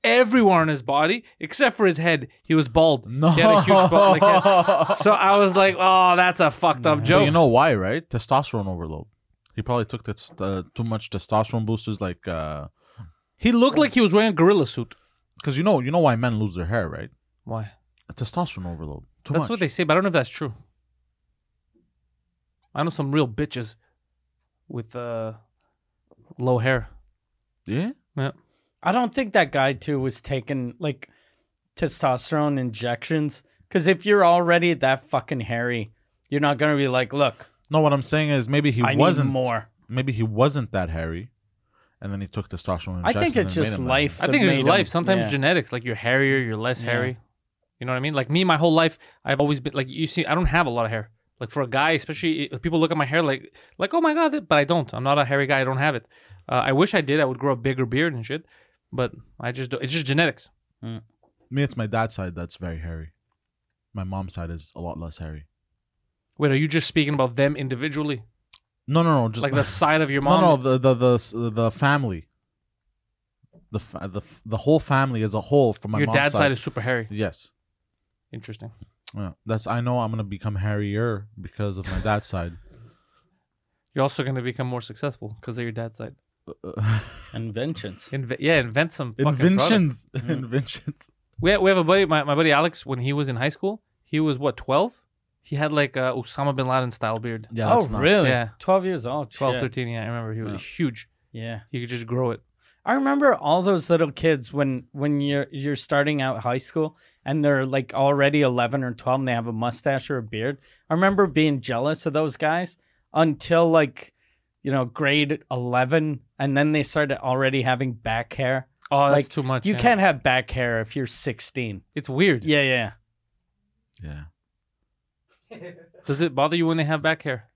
S1: everywhere on his body except for his head. He was bald.
S3: No.
S1: He had a huge bald like head. So I was like, oh, that's a fucked up
S3: But
S1: joke.
S3: you know why, right? Testosterone overload. He probably took that uh, too much testosterone boosters, like uh,
S1: he looked like he was wearing a gorilla suit.
S3: because you know you know why men lose their hair, right?
S1: Why?
S3: Testosterone overload. Too
S1: that's
S3: much.
S1: what they say, but I don't know if that's true. I know some real bitches with uh, low hair.
S3: Yeah.
S1: Yeah.
S2: I don't think that guy too was taking like testosterone injections because if you're already that fucking hairy, you're not gonna be like, look,
S3: No, what I'm saying is maybe he
S2: I
S3: wasn't
S2: need more.
S3: Maybe he wasn't that hairy, and then he took testosterone.
S2: I think
S3: injections
S2: it's just
S3: and made him that
S2: life.
S1: I
S2: that
S1: think it's just
S2: made him-
S1: life. Sometimes
S2: yeah.
S1: genetics, like you're hairier, you're less hairy. You know what I mean? Like me, my whole life, I've always been like you see. I don't have a lot of hair. Like for a guy, especially if people look at my hair like, like oh my god, that- but I don't. I'm not a hairy guy. I don't have it. Uh, I wish I did. I would grow a bigger beard and shit. But I just do It's just genetics.
S3: Me, it's my dad's side that's very hairy. My mom's side is a lot less hairy.
S1: Wait, are you just speaking about them individually,
S3: No, no, no. Just
S1: like the side of your mom?
S3: No, no, the the the s- the family. The fa- the f- the whole family as a whole from my
S1: your
S3: mom's
S1: dad's side.
S3: side
S1: is super hairy.
S3: yes.
S1: Interesting.
S3: Yeah, that's I know I'm gonna become hairier because of my dad's side.
S1: You're also going to become more successful because of your dad's side.
S2: Inventions.
S1: Inve- yeah, invent some fucking products.
S3: Inventions. Inventions.
S1: We have, we have a buddy, my, my buddy Alex, when he was in high school, he was what, 12? He had like a Osama bin Laden style beard.
S3: Yeah,
S2: oh,
S3: it's nuts.
S2: really?
S1: Yeah.
S2: 12 years old.
S1: 12,
S2: shit.
S1: 13, yeah, I remember. He was
S3: Yeah.
S1: huge.
S2: Yeah.
S1: He could just grow it.
S2: I remember all those little kids when when you're you're starting out high school and they're like already 11 or 12 and they have a mustache or a beard. I remember being jealous of those guys until like you know grade 11 and then they started already having back hair.
S1: Oh, that's
S2: like,
S1: too much.
S2: You
S1: yeah.
S2: can't have back hair if you're 16.
S1: It's weird.
S2: Yeah, yeah.
S3: Yeah.
S1: Does it bother you when they have back hair?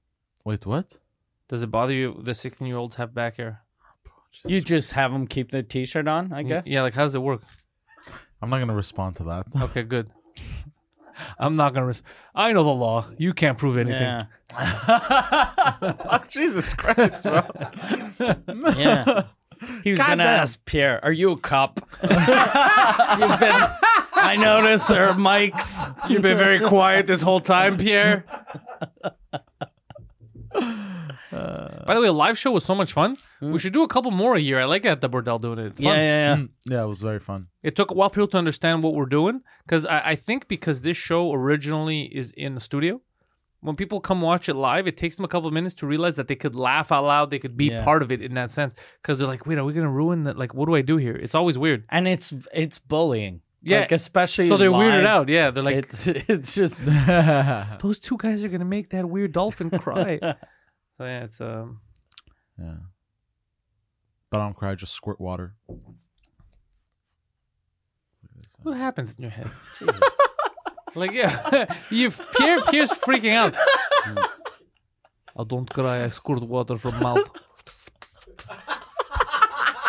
S3: Wait, what?
S1: Does it bother you the 16 year olds have back hair?
S2: You just have them keep their t-shirt on, I guess.
S1: Yeah, like how does it work?
S3: I'm not gonna respond to that.
S1: Okay, good. I'm not gonna. Res- I know the law. You can't prove anything.
S2: Yeah.
S3: Jesus Christ, bro.
S2: Yeah. He was going to ask Pierre, Are you a cop? You've been, I noticed there are mics.
S1: You've been very quiet this whole time, Pierre.
S2: Uh,
S1: By the way, a live show was so much fun. We should do a couple more a year. I like it at the Bordel doing it. It's
S2: Hmm. Yeah,
S1: fun.
S2: yeah, yeah.
S3: Mm, Yeah, it was very fun.
S1: It took a while for people to understand what we're doing because I, I think because this show originally is in the studio, when people come watch it live, it takes them a couple of minutes to realize that they could laugh out loud. They could be
S2: Yeah.
S1: part of it in that sense because they're like, wait, are we going to ruin that? Like, what do I do here? It's always weird.
S2: And it's it's bullying.
S1: Yeah.
S2: Like, especially
S1: So they're weirded
S2: live,
S1: out. Yeah. They're like,
S2: it's, it's just,
S3: yeah.
S1: those two guys are going to make that weird dolphin cry. so, yeah, it's. um.
S3: But I don't cry. I just squirt water.
S1: What happens in your head? Jesus. like, yeah, you Pierre Pierre's freaking out. I don't cry. I squirt water from mouth.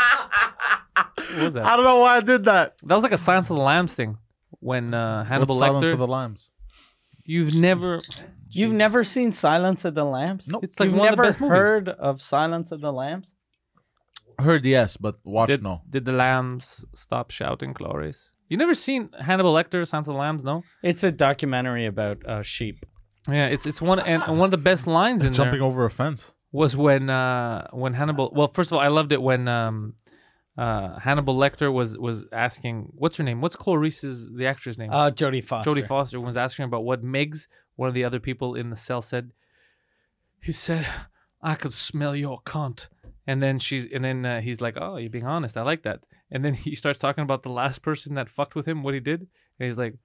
S1: what was that?
S3: don't know why I did that.
S1: That was like a Silence of the Lambs thing when uh, Hannibal
S3: What's Silence
S1: Lecter.
S3: of the Lambs?
S1: You've never.
S2: you've never seen Silence of the Lambs?
S3: Nope.
S1: It's like
S2: You've
S1: one of
S2: never
S1: the best movies.
S2: heard of Silence of the Lambs?
S3: Heard yes, but watched
S1: Did,
S3: no.
S1: did the lambs stop shouting glories? You never seen Hannibal Lecter, Silence of the Lambs? No.
S2: It's a documentary about uh, sheep.
S1: Yeah, it's it's one and, and one of the best lines in there.
S3: Jumping over a fence.
S1: was when uh when Hannibal well first of all I loved it when um uh Hannibal Lecter was was asking what's her name what's Clarice's the actress name
S2: Uh, Jodie Foster.
S1: Jodie Foster was asking about what Miggs one of the other people in the cell said he said I could smell your cunt and then she's and then uh, he's like oh you're being honest I like that and then he starts talking about the last person that fucked with him what he did and he's like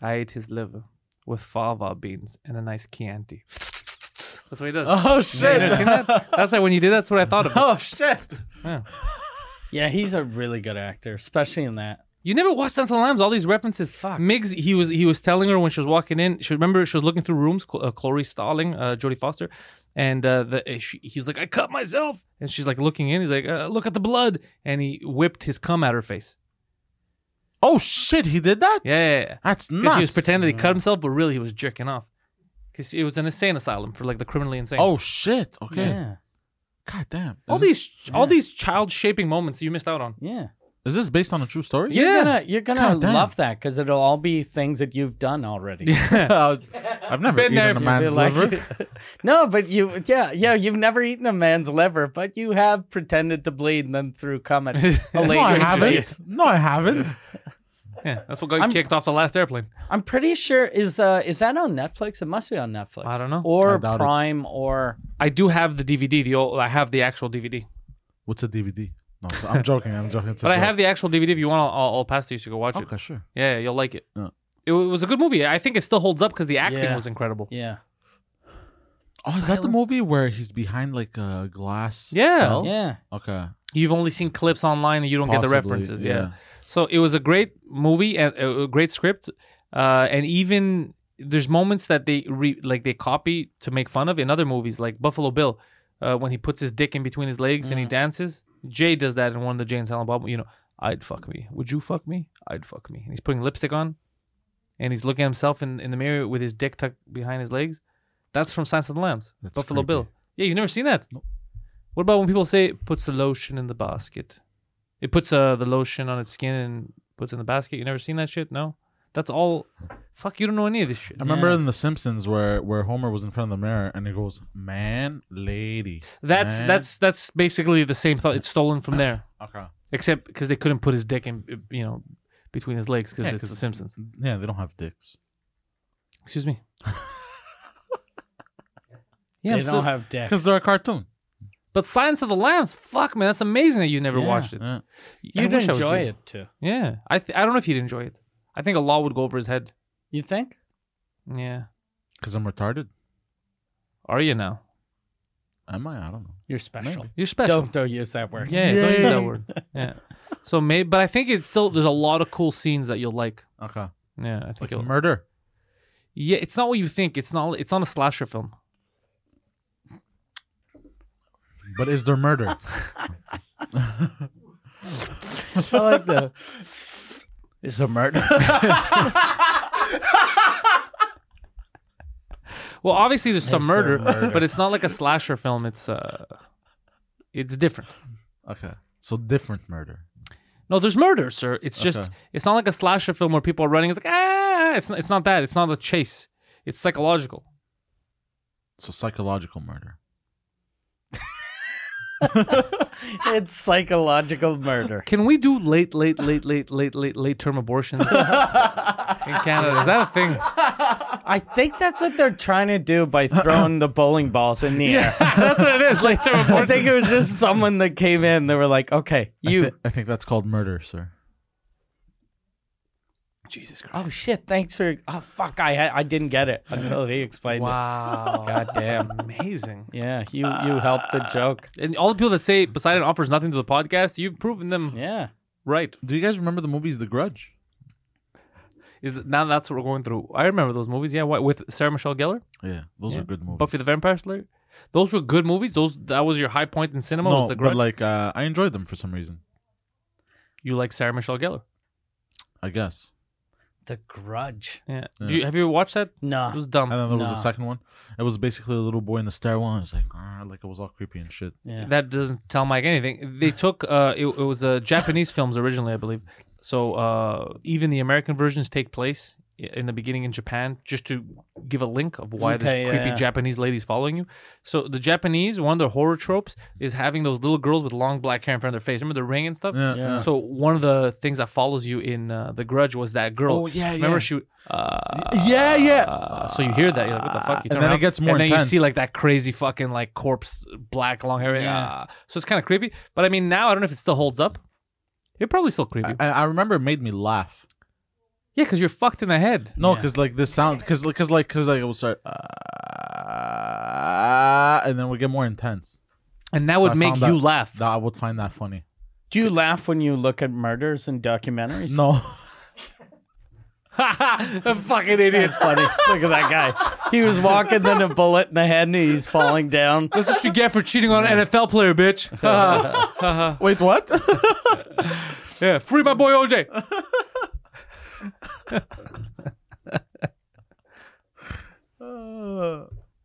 S1: I ate his liver with fava beans and a nice Chianti that's what he does
S3: Oh
S1: yeah, you never seen that? That's like when you did that's what I thought of. it.
S3: Oh shit.
S1: Yeah.
S2: Yeah, he's a really good actor, especially in that.
S1: You never watched Silence of the Lambs. All these references. Fuck. Miggs, he was he was telling her when she was walking in. She remember she was looking through rooms. Cl- Uh, Chloe Stalling, uh, Jodie Foster, and uh, the uh, she, he was like, "I cut myself," and she's like looking in. He's like, uh, "Look at the blood," and he whipped his cum at her face.
S3: Oh shit, he did that?
S1: Yeah, yeah, yeah.
S3: That's
S1: 'Cause
S3: nuts.
S1: he was pretending that he cut himself, but really he was jerking off. Because it was an insane asylum for like the criminally insane.
S3: Oh shit. Okay.
S2: Yeah.
S3: God damn. Is
S1: all
S3: this-
S1: these all these child shaping moments you missed out on.
S2: Yeah.
S3: Is this based on a true story?
S2: You're
S1: Yeah.
S2: gonna you're gonna
S3: God damn.
S2: love that because it'll all be things that you've done already.
S3: I've never
S1: Been
S3: eaten
S1: there,
S3: a
S1: you'd
S3: man's
S2: You're like-
S3: liver.
S2: no, but you yeah yeah you've never eaten a man's liver, but you have pretended to bleed and then threw cum at a
S3: No, I
S2: lady's face.
S3: haven't. No, I haven't.
S1: Yeah, that's what got you
S2: I'm-
S1: kicked off the last airplane.
S2: I'm pretty sure is uh is that on Netflix? It must be on Netflix.
S1: I don't know.
S3: I
S2: Or
S3: doubt it.
S2: Prime or
S1: I do have the DVD. The old, I have the actual DVD,
S3: What's a DVD? No, it's- I'm joking. I'm joking. It's a
S1: but I
S3: joke.
S1: have the actual DVD. If you want, I'll, I'll pass to you so you can watch
S3: Okay,
S1: it.
S3: sure.
S1: Yeah, yeah, you'll like it.
S3: Yeah.
S1: It wa- was a good movie. I think it still holds up because the acting
S2: Yeah.
S1: was incredible.
S2: yeah
S3: Oh, is that the
S1: Silence.
S3: movie where he's behind like a glass?
S1: Yeah.
S3: cell?
S2: yeah
S3: Okay.
S1: You've only seen clips online and you don't get the
S3: Possibly,
S1: references. Yeah.
S3: yeah.
S1: So it was a great movie and a a great script, uh, and even there's moments that they re- like they copy to make fun of in other movies, like Buffalo Bill, uh, when he puts his dick in between his legs
S3: Mm.
S1: and he dances. Jay does that in one of the Jay and Silent Bob. You know, I'd fuck me. Would you fuck me? I'd fuck me. And he's putting lipstick on, and he's looking at himself in, in the mirror with his dick tucked behind his legs. That's from Silence of the Lambs.
S3: That's
S1: Buffalo
S3: creepy.
S1: Bill. Yeah, you've never seen that. What about when people say it puts the lotion in the basket? It puts uh, the lotion on its skin and puts it in the basket. You never seen that shit? No, that's all Fuck, you don't know any of this shit.
S3: I remember in The Simpsons where where Homer was in front of the mirror and he goes, "Man, lady."
S1: That's
S3: man."
S1: that's that's basically the same thought. It's stolen from there,
S3: okay.
S1: except because they couldn't put his dick in, uh, you know, between his legs because
S3: Yeah,
S1: it's
S3: 'cause-
S1: The Simpsons.
S3: Yeah, they don't have dicks.
S1: Excuse me. yeah,
S2: They
S1: I'm
S2: don't
S1: still-
S2: have dicks.
S3: Because they're a cartoon.
S1: but Silence of the Lambs, fuck man, that's amazing that you never
S2: Yeah.
S1: watched it.
S3: Yeah.
S1: I
S2: You'd
S1: wish I was
S2: enjoy
S1: you.
S2: it too.
S1: Yeah, I th- I don't know if he'd enjoy it. I think a law would go over his head.
S2: You think?
S1: Yeah,
S3: Because I'm retarded.
S1: are you now?
S3: Am I? I don't know.
S2: You're special.
S1: You're special.
S2: Don't don't use that word.
S1: Yeah, don't use that word. Yeah. So maybe, but I think it's still there's a lot of cool scenes that you'll like.
S3: Okay.
S1: Yeah, I think
S3: Like
S1: you'll.
S3: murder.
S1: yeah, it's not what you think. It's not. It's not a slasher film.
S3: But is there murder?
S2: I like the. It's a murder.
S1: Well, obviously there's some
S2: There's some
S1: murder,
S2: murder.
S1: but it's not like a slasher film. It's uh, it's different.
S3: okay. So different murder.
S1: No, there's murder, sir. It's just
S3: Okay.
S1: it's not like a slasher film where people are running. It's like ah, it's not, it's not that. It's not a chase. It's psychological.
S3: So psychological murder.
S2: it's psychological murder.
S1: Can we do late, late, late, late, late, late, late term abortions in Canada? Is that a thing?
S2: I think that's what they're trying to do by throwing the bowling balls in the
S1: Yeah,
S2: air.
S1: that's what it is. Late term
S2: I think
S1: abortions.
S2: it was just someone that came in. They were like, "Okay, you."
S3: I, thi- I think that's called murder, sir. Jesus Christ.
S2: oh shit! Thanks for. Oh fuck! I ha- I didn't get it until he explained
S1: Wow,
S2: Goddamn.
S1: that's amazing.
S2: it. Yeah, you you helped the joke.
S1: And all the people that say Poseidon offers nothing to the podcast, you've proven them
S2: Yeah.
S1: right.
S3: Do you guys remember the movies The Grudge?
S1: Is that, now that's what we're going through. I remember those movies. Yeah, why- with Sarah Michelle Gellar,
S3: Yeah, those are good movies.
S1: Buffy the Vampire Slayer. Those were good movies. Those that was your high point in cinema.
S3: no,
S1: was the
S3: but
S1: Grudge.
S3: like uh, I enjoyed them for some reason.
S1: you like Sarah Michelle Gellar.
S3: I guess.
S2: The Grudge.
S1: Yeah.
S3: Yeah.
S1: Do you, have you ever watched that?
S2: No.
S1: It was dumb.
S3: And then there was a
S2: No.
S3: second one. It was basically a little boy in the stairwell. And it was like, "Ah," like it was all creepy and shit.
S2: yeah.
S1: That doesn't tell Mike anything. They took uh, it, it was uh, Japanese films originally, I believe. So uh, even the American versions take place i- in the beginning in Japan, just to give a link of why
S2: Okay,
S1: there's
S2: yeah,
S1: creepy
S2: yeah.
S1: Japanese ladies following you. So the Japanese one of their horror tropes is having those little girls with long black hair in front of their face. Remember the ring and stuff.
S3: Yeah. yeah.
S1: So one of the things that follows you in uh, The Grudge was that girl.
S3: Oh, yeah,
S1: Remember
S3: yeah.
S1: she. Uh,
S3: yeah, yeah.
S1: uh, so you hear that, you're like, what the fuck? You
S3: And
S1: turn
S3: then it
S1: around,
S3: gets more
S1: and then
S3: intense.
S1: you see like that crazy fucking like corpse, black long hair.
S2: Yeah.
S1: ah. so it's kind of creepy. But I mean, now I don't know if it still holds up. It probably still creepy. Yeah,
S3: I, I remember it made me laugh.
S1: yeah, because you're fucked in the head.
S3: No, because like this sound, because like, because like, because like it will start, uh, and then we get more intense.
S1: and that
S3: So
S1: would
S3: I
S1: make
S3: found
S1: you
S3: that-
S1: laugh.
S3: That I would find that funny.
S2: Do you laugh when you look at murders and documentaries?
S3: No,
S1: the fucking idiots.
S2: It's funny. Look at that guy. He was walking, then a bullet in the head, and he's falling down.
S1: That's what you get for cheating on an NFL player, bitch.
S3: wait, what?
S1: yeah, free my boy OJ.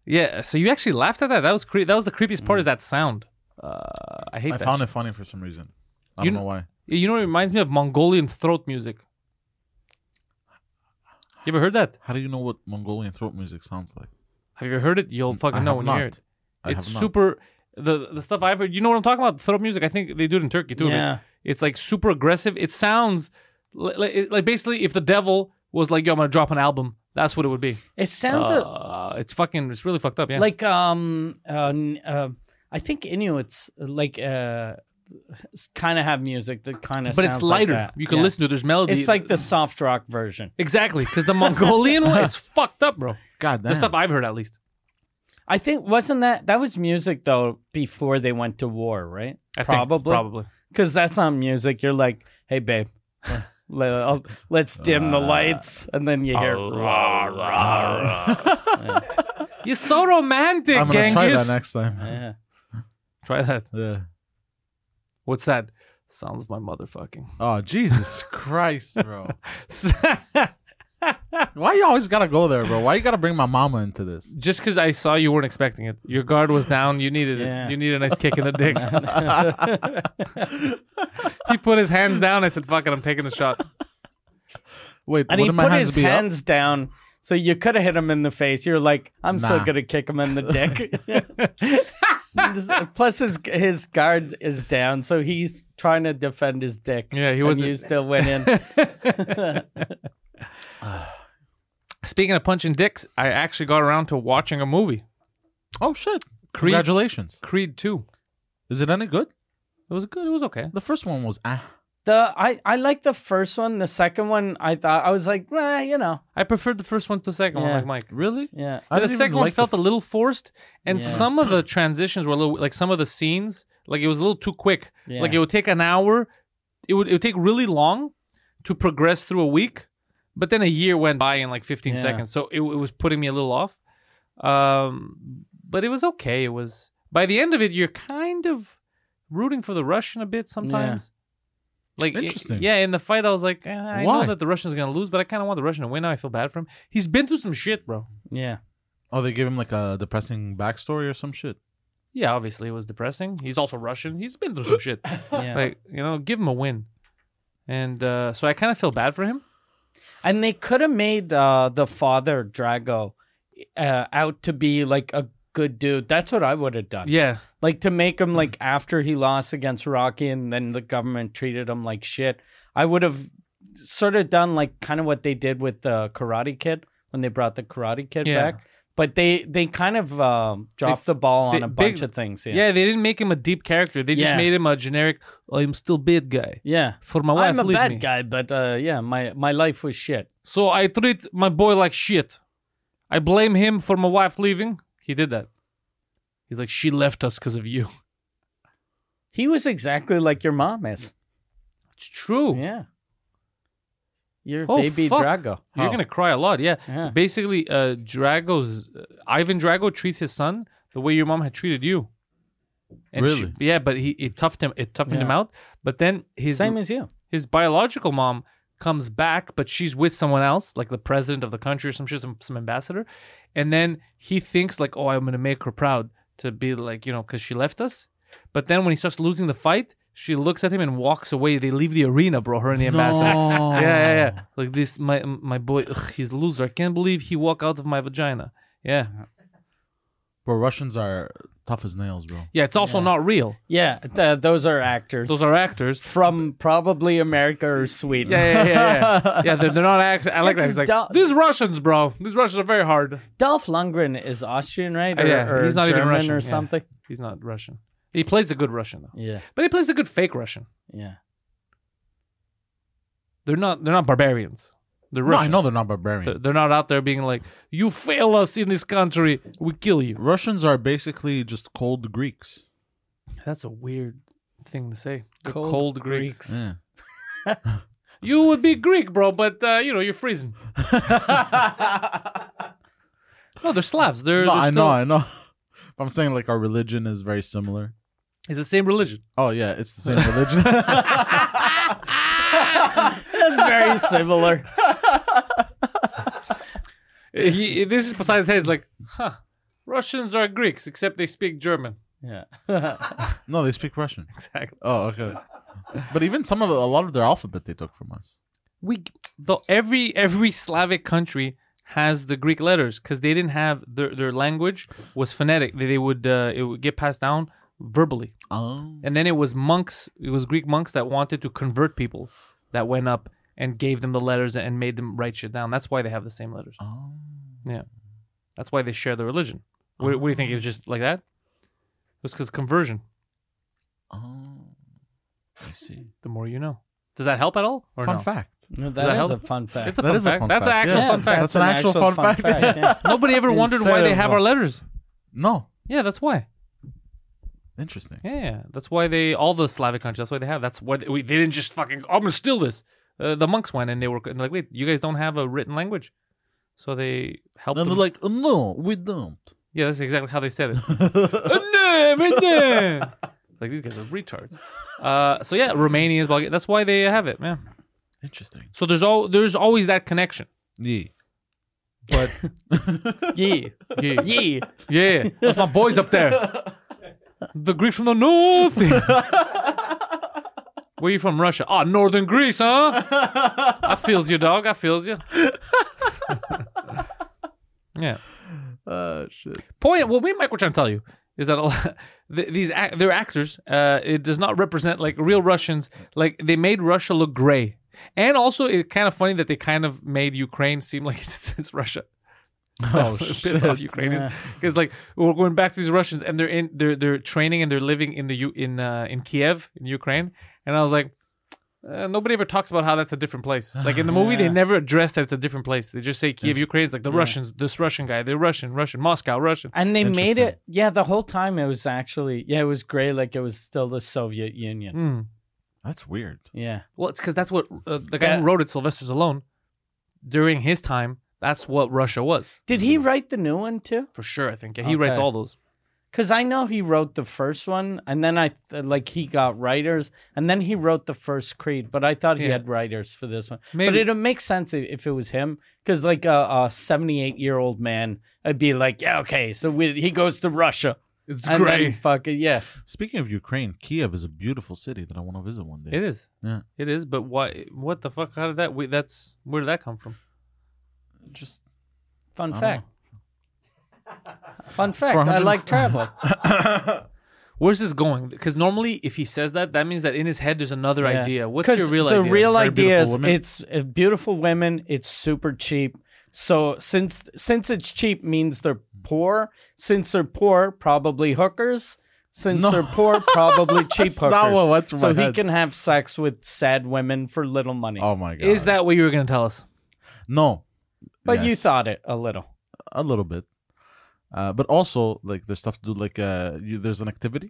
S1: yeah, so you actually laughed at that. That was cre- that was the creepiest part. Is that sound? Uh, I hate
S3: Mm. I
S1: that.
S3: found
S1: shit.
S3: it funny for some reason. I
S1: You
S3: don't know
S1: kn-
S3: why.
S1: You know, it reminds me of Mongolian throat music. You ever heard that?
S3: How do you know what Mongolian throat music sounds like?
S1: Have you ever heard it? You'll fucking
S3: Mm, I
S1: know
S3: have
S1: when
S3: not.
S1: you hear it.
S3: I
S1: it's
S3: have not.
S1: super. The the stuff I've heard. You know what I'm talking about? Throat music. I think they do it in Turkey too.
S2: Yeah.
S1: It's like super aggressive. It sounds li- li- it- like basically if the devil was like, "Yo, I'm gonna drop an album," that's what it would be.
S2: It sounds a-
S1: Uh, it's fucking. It's really fucked up. Yeah.
S2: like um uh, n- uh, I think Inuits like uh kind of have music that kind of
S1: but it's lighter. you can listen to. it. There's melody.
S2: It's like the soft rock version.
S1: exactly because the Mongolian one. It's fucked up, bro.
S3: God damn.
S1: The stuff I've heard at least.
S2: I think wasn't that that was music though before they went to war, right?
S1: I think,
S2: probably,
S1: probably.
S2: because that's not music. You're like, hey babe, let, I'll- let's dim
S3: Uh,
S2: the lights, and then you hear. rah, rah, rah.
S1: You're so romantic,
S3: I'm gonna
S1: Genghis.
S3: try that next time.
S2: Yeah.
S1: Try that.
S3: Yeah.
S1: What's that? Sounds of my motherfucking.
S3: Oh Jesus Christ, bro! Why you always gotta go there, bro? Why you gotta bring my mama into this?
S1: Just because I saw you weren't expecting it. Your guard was down. You needed
S2: Yeah.
S1: it. You needed a nice kick in the dick. he put his hands down. I said, fuck it, I'm taking the shot.
S3: Wait,
S2: And
S3: would
S2: he
S3: my
S2: put
S3: hands
S2: his
S3: be up?
S2: hands down. So you could have hit him in the face. You're like, I'm still
S3: Nah.
S2: gonna kick him in the dick. Plus his his guard is down, so he's trying to defend his dick.
S1: Yeah, he
S2: and
S1: wasn't-
S2: You still went in.
S1: Speaking of punching dicks, I actually got around to watching a movie,
S3: Oh shit!
S1: Creed-
S3: Congratulations.
S1: Creed Two.
S3: Is it any good?
S1: It was good. It was okay.
S3: The first one was ah.
S2: the I I like the first one. The second one, I thought I was like, nah, you know,
S1: I preferred the first one to the second
S2: Yeah.
S1: one, like Mike.
S3: Really?
S2: yeah.
S3: I
S1: the
S3: didn't even
S1: second one
S3: like the
S1: felt
S3: f-
S1: a little forced, and
S2: Yeah.
S1: some of the transitions were a little like some of the scenes, like it was a little too quick. Like
S2: Yeah.
S1: it would take an hour, it would it would take really long to progress through a week, but then a year went by in like 15
S2: Yeah.
S1: seconds, so it, it was putting me a little off. Um, but it was okay. It was by the end of it, you're kind of rooting for the Russian a bit sometimes. Like it-
S3: Interesting.
S1: yeah. In the fight, I was like, eh, I know
S3: Why?
S1: that the Russian's gonna lose, but I kind of want the Russian to win. Now I feel bad for him. He's been through some shit, bro.
S2: Yeah.
S3: Oh, they gave him like a depressing backstory or some shit.
S1: Yeah, obviously it was depressing. He's also Russian. He's been through some shit.
S2: Yeah.
S1: Like, you know, give him a win. And uh, so I kind of feel bad for him.
S2: And they could have made uh, the father Drago uh, out to be like a good dude. That's what I would have done.
S1: Yeah.
S2: Like to make him like after he lost against Rocky and then the government treated him like shit. I would have sort of done like kind of what they did with the Karate Kid when they brought the Karate Kid
S1: Yeah.
S2: back. But they they kind of um, dropped the ball on
S1: they-
S2: a bunch
S1: big-
S2: of things.
S1: yeah.
S2: Yeah.
S1: they didn't make him a deep character. They just
S2: Yeah.
S1: made him a generic, "Oh, I'm still bad guy.
S2: Yeah.
S1: For my wife,
S2: I'm a
S1: leave
S2: bad
S1: me.
S2: guy, but uh, yeah, my my life was shit.
S1: So I treat my boy like shit. I blame him for my wife leaving. He did that. He's like, she left us because of you.
S2: He was exactly like your mom is.
S1: It's true.
S2: Yeah. Your
S1: Oh,
S2: baby
S1: fuck.
S2: Drago.
S1: You're
S3: Oh.
S1: gonna cry a lot, yeah.
S2: Yeah.
S1: Basically, uh, Drago's uh, Ivan Drago treats his son the way your mom had treated you. she-
S3: Really?
S1: yeah, but he it toughed him. It toughened him
S2: Yeah.
S1: out. But then his
S2: Same as you.
S1: his biological mom comes back, but she's with someone else, like the president of the country or some shit, some, some ambassador. And then he thinks like, oh, I'm gonna make her proud to be like, you know, because she left us. But then when he starts losing the fight, she looks at him and walks away. They leave the arena, bro. Her and the ambassador.
S3: No.
S1: Yeah, yeah, yeah. Like this, my my boy, ugh, he's a loser. I can't believe he walked out of my vagina. Yeah,
S3: Bro, Russians are tough as nails, bro.
S1: yeah. It's also not real.
S2: Yeah, th- those are actors.
S1: Those are actors.
S2: from probably America or Sweden.
S1: Yeah, yeah, yeah, yeah. yeah they're, they're not act. I like that.
S2: 'cause
S1: He's like
S2: Dal-
S1: these Russians, bro. These Russians are very hard.
S2: Dolph Lundgren is Austrian, right?
S1: Uh,
S2: Or,
S1: yeah,
S2: or
S1: he's not even
S2: German
S1: Russian, yeah.
S2: or something.
S1: He's not Russian. He plays a good Russian though,
S2: Yeah.
S1: but he plays a good fake Russian.
S2: yeah,
S1: They're not. They're not barbarians. They're
S3: No, I
S1: Russians.
S3: know they're not barbarian.
S1: They're, they're not out there being like, you fail us in this country, we kill you.
S3: Russians are basically just cold Greeks.
S1: That's a weird thing to say. They're
S2: Cold Greeks.
S3: Yeah.
S1: You would be Greek, bro, but uh, you know you're freezing. no, they're Slavs. They're,
S3: No,
S1: they're
S3: I
S1: still-
S3: know, I know. I'm saying like our religion is very similar.
S1: It's the same religion.
S3: Oh yeah, it's the same religion.
S2: That's very similar.
S1: Uh, he- this is Poseidon's head. He's like, huh? Russians are Greeks, except they speak German.
S2: Yeah,
S3: no, they speak Russian.
S1: Exactly.
S3: Oh, okay. But even some of the, a lot of their alphabet they took from us.
S1: We though every every Slavic country has the Greek letters because they didn't have their their language was phonetic. They, they would uh, it would get passed down verbally.
S3: Oh.
S1: And then it was monks, it was Greek monks that wanted to convert people that went up and gave them the letters and made them write shit down. That's why they have the same letters.
S3: Oh.
S1: Yeah. That's why they share the religion. What, what do you think? It was just like that? It was because conversion.
S3: Oh. I see.
S1: The more you know. Does that help at all? Or
S3: Fun
S1: no?
S3: fact.
S2: No, that
S1: that
S2: is
S1: help?
S2: a fun fact.
S1: It's a
S3: That
S1: fun
S3: is a
S1: fact.
S3: fun
S1: That's
S3: fact.
S1: an actual
S3: Yeah,
S1: fun fact.
S3: That's uh, an actual fun fact.
S2: yeah.
S1: Nobody ever wondered why they have our letters.
S3: No.
S1: Yeah, that's why.
S3: Interesting.
S1: Yeah, that's why they all the Slavic countries. That's why they have. That's why they, we, they didn't just fucking. I'm gonna steal this. Uh, the monks went and they were and like, wait, you guys don't have a written language, so they helped
S3: And
S1: them.
S3: they're like, "Oh, no, we don't.
S1: yeah, that's exactly how they said it. Uh, no, but no. like these guys are retards. Uh, so yeah, Romanians, Bulgarians. That's why they have it, man.
S3: Interesting.
S1: So there's all there's always that connection.
S3: Yeah.
S1: But
S2: yeah,
S1: yeah,
S2: yeah.
S1: yeah, that's my boys up there. The Greek from the north. Where you from? Russia. Ah, northern Greece, huh? I feels you, dog. I feels you. yeah.
S3: Uh, shit.
S1: Point. What me and Mike were trying to tell you is that a lot, th- these ac- they're actors. Uh, it does not represent like real Russians. Like they made Russia look gray, and also it's kind of funny that they kind of made Ukraine seem like it's, it's Russia.
S2: Oh,
S1: piss off Ukrainians because like we're going back to these Russians and they're in they're they're training and they're living in the U in uh, in Kiev in Ukraine and I was like uh, nobody ever talks about how that's a different place like in the movie they never address that it's a different place they just say Kiev Ukraine it's like the Russians this Russian guy they're Russian Russian Moscow Russian
S2: And they made it, yeah, the whole time it was actually, yeah, it was gray, like it was still the Soviet Union.
S1: Hmm.
S3: That's weird.
S2: Yeah.
S1: well it's because that's what uh, the guy who
S2: Yeah.
S1: wrote it Sylvester Stallone during his time that's what Russia was
S2: Did he write the new one too?
S1: for sure I think yeah, he writes
S2: Okay.
S1: all those
S2: Because I know he wrote the first one, and then I like he got writers, and then he wrote the first Creed. But I thought he
S1: Yeah.
S2: had writers for this one. But
S1: Maybe.
S2: it'd make sense if, if it was him, because like a, a seventy-eight-year-old man, I'd be like, yeah, okay, so we, he goes to Russia,
S1: it's
S2: and then fuck it, yeah,
S3: Speaking of Ukraine, Kiev is a beautiful city that I want to visit one day.
S1: It is.
S3: Yeah.
S1: It is. But why? What the fuck? How did that? We, that's where did that come from?
S3: Just
S2: fun
S1: Oh.
S3: I don't
S2: fact. Fun fact, I
S3: 400
S2: like travel.
S1: Where's this going? Because normally, if he says that, that means that in his head there's another
S2: Yeah.
S1: idea. What's
S2: 'Cause
S1: your real
S2: the
S1: idea?
S2: real
S3: Very
S2: idea
S3: beautiful
S2: is
S3: women.
S2: it's uh, beautiful women. It's super cheap. So since since it's cheap means they're poor. Since they're poor, probably hookers. Since
S3: No.
S2: they're poor, probably cheap
S3: That's
S2: hookers.
S3: not what went through
S2: so
S3: my
S2: he
S3: head.
S2: can have sex with sad women for little money.
S3: oh my god.
S1: is that what you were gonna tell us?
S3: no?
S2: but you
S3: Yes.
S2: thought it a little.
S3: a little bit, uh, but also like there's stuff to do. Like uh, you, there's an activity,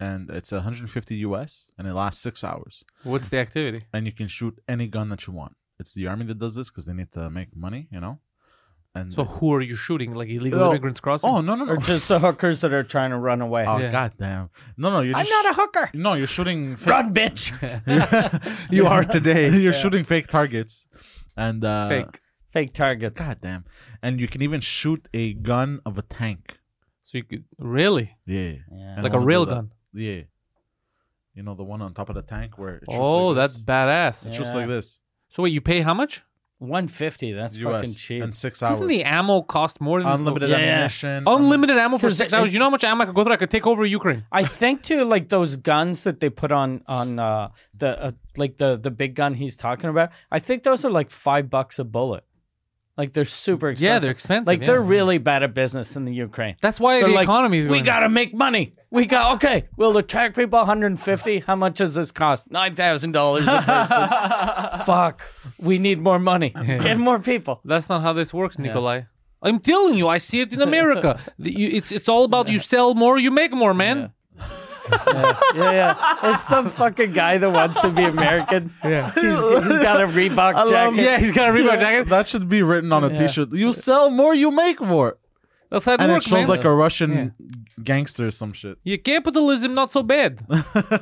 S3: and it's 150 US, and it lasts six hours,
S1: What's the activity?
S3: and you can shoot any gun that you want. It's the army that does this because they need to make money, you know. And
S1: So who are you shooting? Like illegal
S3: No.
S1: immigrants crossing?
S3: oh no no no!
S2: Or just the hookers that are trying to run away.
S3: oh
S1: Yeah.
S3: goddamn! No no you're
S2: I'm
S3: just,
S2: not a hooker.
S3: no you're shooting fake,
S2: Run, bitch.
S1: you are today.
S3: you're shooting fake targets, and uh,
S1: Fake.
S2: Fake targets.
S3: goddamn! And you can even shoot a gun of a tank.
S1: So you could really
S3: Yeah,
S2: Yeah.
S3: And I
S1: like a
S3: wanna do
S1: real
S3: that.
S1: gun.
S3: Yeah. You know the one on top of the tank where it shoots
S1: Oh,
S3: like
S1: that's
S3: this.
S1: badass.
S3: It shoots like this.
S1: So wait, you pay how much?
S2: 150. That's fucking
S3: US
S2: cheap.
S3: and six hours.
S1: Doesn't the ammo Oh cost more than
S3: Unlimited
S2: Yeah.
S3: ammunition.
S1: Unlimited ammo for
S2: 'Cause
S1: six
S2: it-
S1: hours. You know how much ammo I could go through? I could take over Ukraine.
S2: I think too, like those guns that they put on on uh, the uh, like the the big gun he's talking about. I think those are like five bucks a bullet. Like they're super expensive.
S1: Yeah, they're expensive,
S2: Like they're
S1: yeah.
S2: really bad at business in the Ukraine.
S1: That's why
S2: They're
S1: the
S2: like,
S1: economy is going.
S2: We gotta make money. We got okay. We'll attract people. 150. How much does this cost? Nine thousand dollars a person. Fuck. We need more money. Get more people.
S1: That's not how this works, Nikolai. I'm telling you, I see it in America. The- you- it's it's all about you sell more, you make more, man.
S2: Yeah, yeah. There's some fucking guy that wants to be American. Yeah. He's, he's got a Reebok jacket.
S1: Yeah, he's got a Reebok jacket.
S3: that should be written on a shirt You sell more, you make more.
S1: That's how it
S3: And it
S1: works,
S3: shows
S1: man.
S3: like a Russian gangster or some shit.
S1: Your capitalism not so bad. but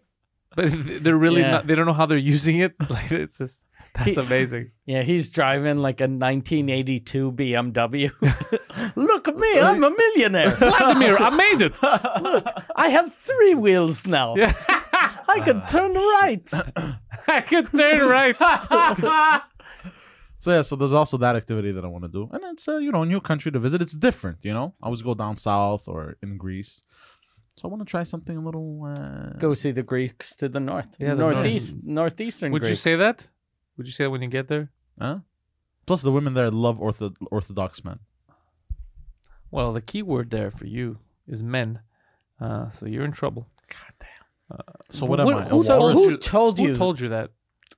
S1: they're really
S2: Yeah.
S1: not. They don't know how they're using it. Like it's just that's amazing.
S2: Yeah, he's driving like a 1982 BMW. Look at me, I'm a millionaire.
S1: Vladimir, I made it.
S2: I have three wheels now. I can turn right.
S1: I could turn right.
S3: So yeah, so there's also that activity that I want to do, and it's a you know new country to visit. It's different, you know. I always go down south or in Greece, so I want to try something a little. Uh,
S2: Go see the Greeks to the north,
S1: Yeah, the
S2: northeast, northeastern.
S1: Would you
S2: Greeks.
S1: say that? Would you say that when you get there?
S3: huh? Plus, the women there love ortho- orthodox men.
S1: Well, the key word there for you is men. Uh, so you're in trouble.
S3: So what, am I? a
S1: who,
S2: So
S1: told
S3: walrus?
S2: who
S1: you,
S2: told
S1: who
S2: you?
S1: told you that?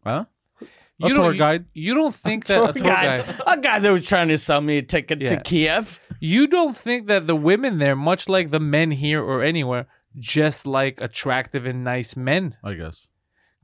S3: Huh?
S1: you
S3: a
S1: don't-
S3: tour
S1: you-
S3: guide.
S1: You, don't think that
S2: Tour
S1: a tour
S2: guide.
S1: guide.
S2: A guy that was trying to sell me a ticket to
S1: Yeah.
S2: Kiev.
S1: You don't think that the women there, much like the men here or anywhere, just like attractive and nice men?
S3: I guess.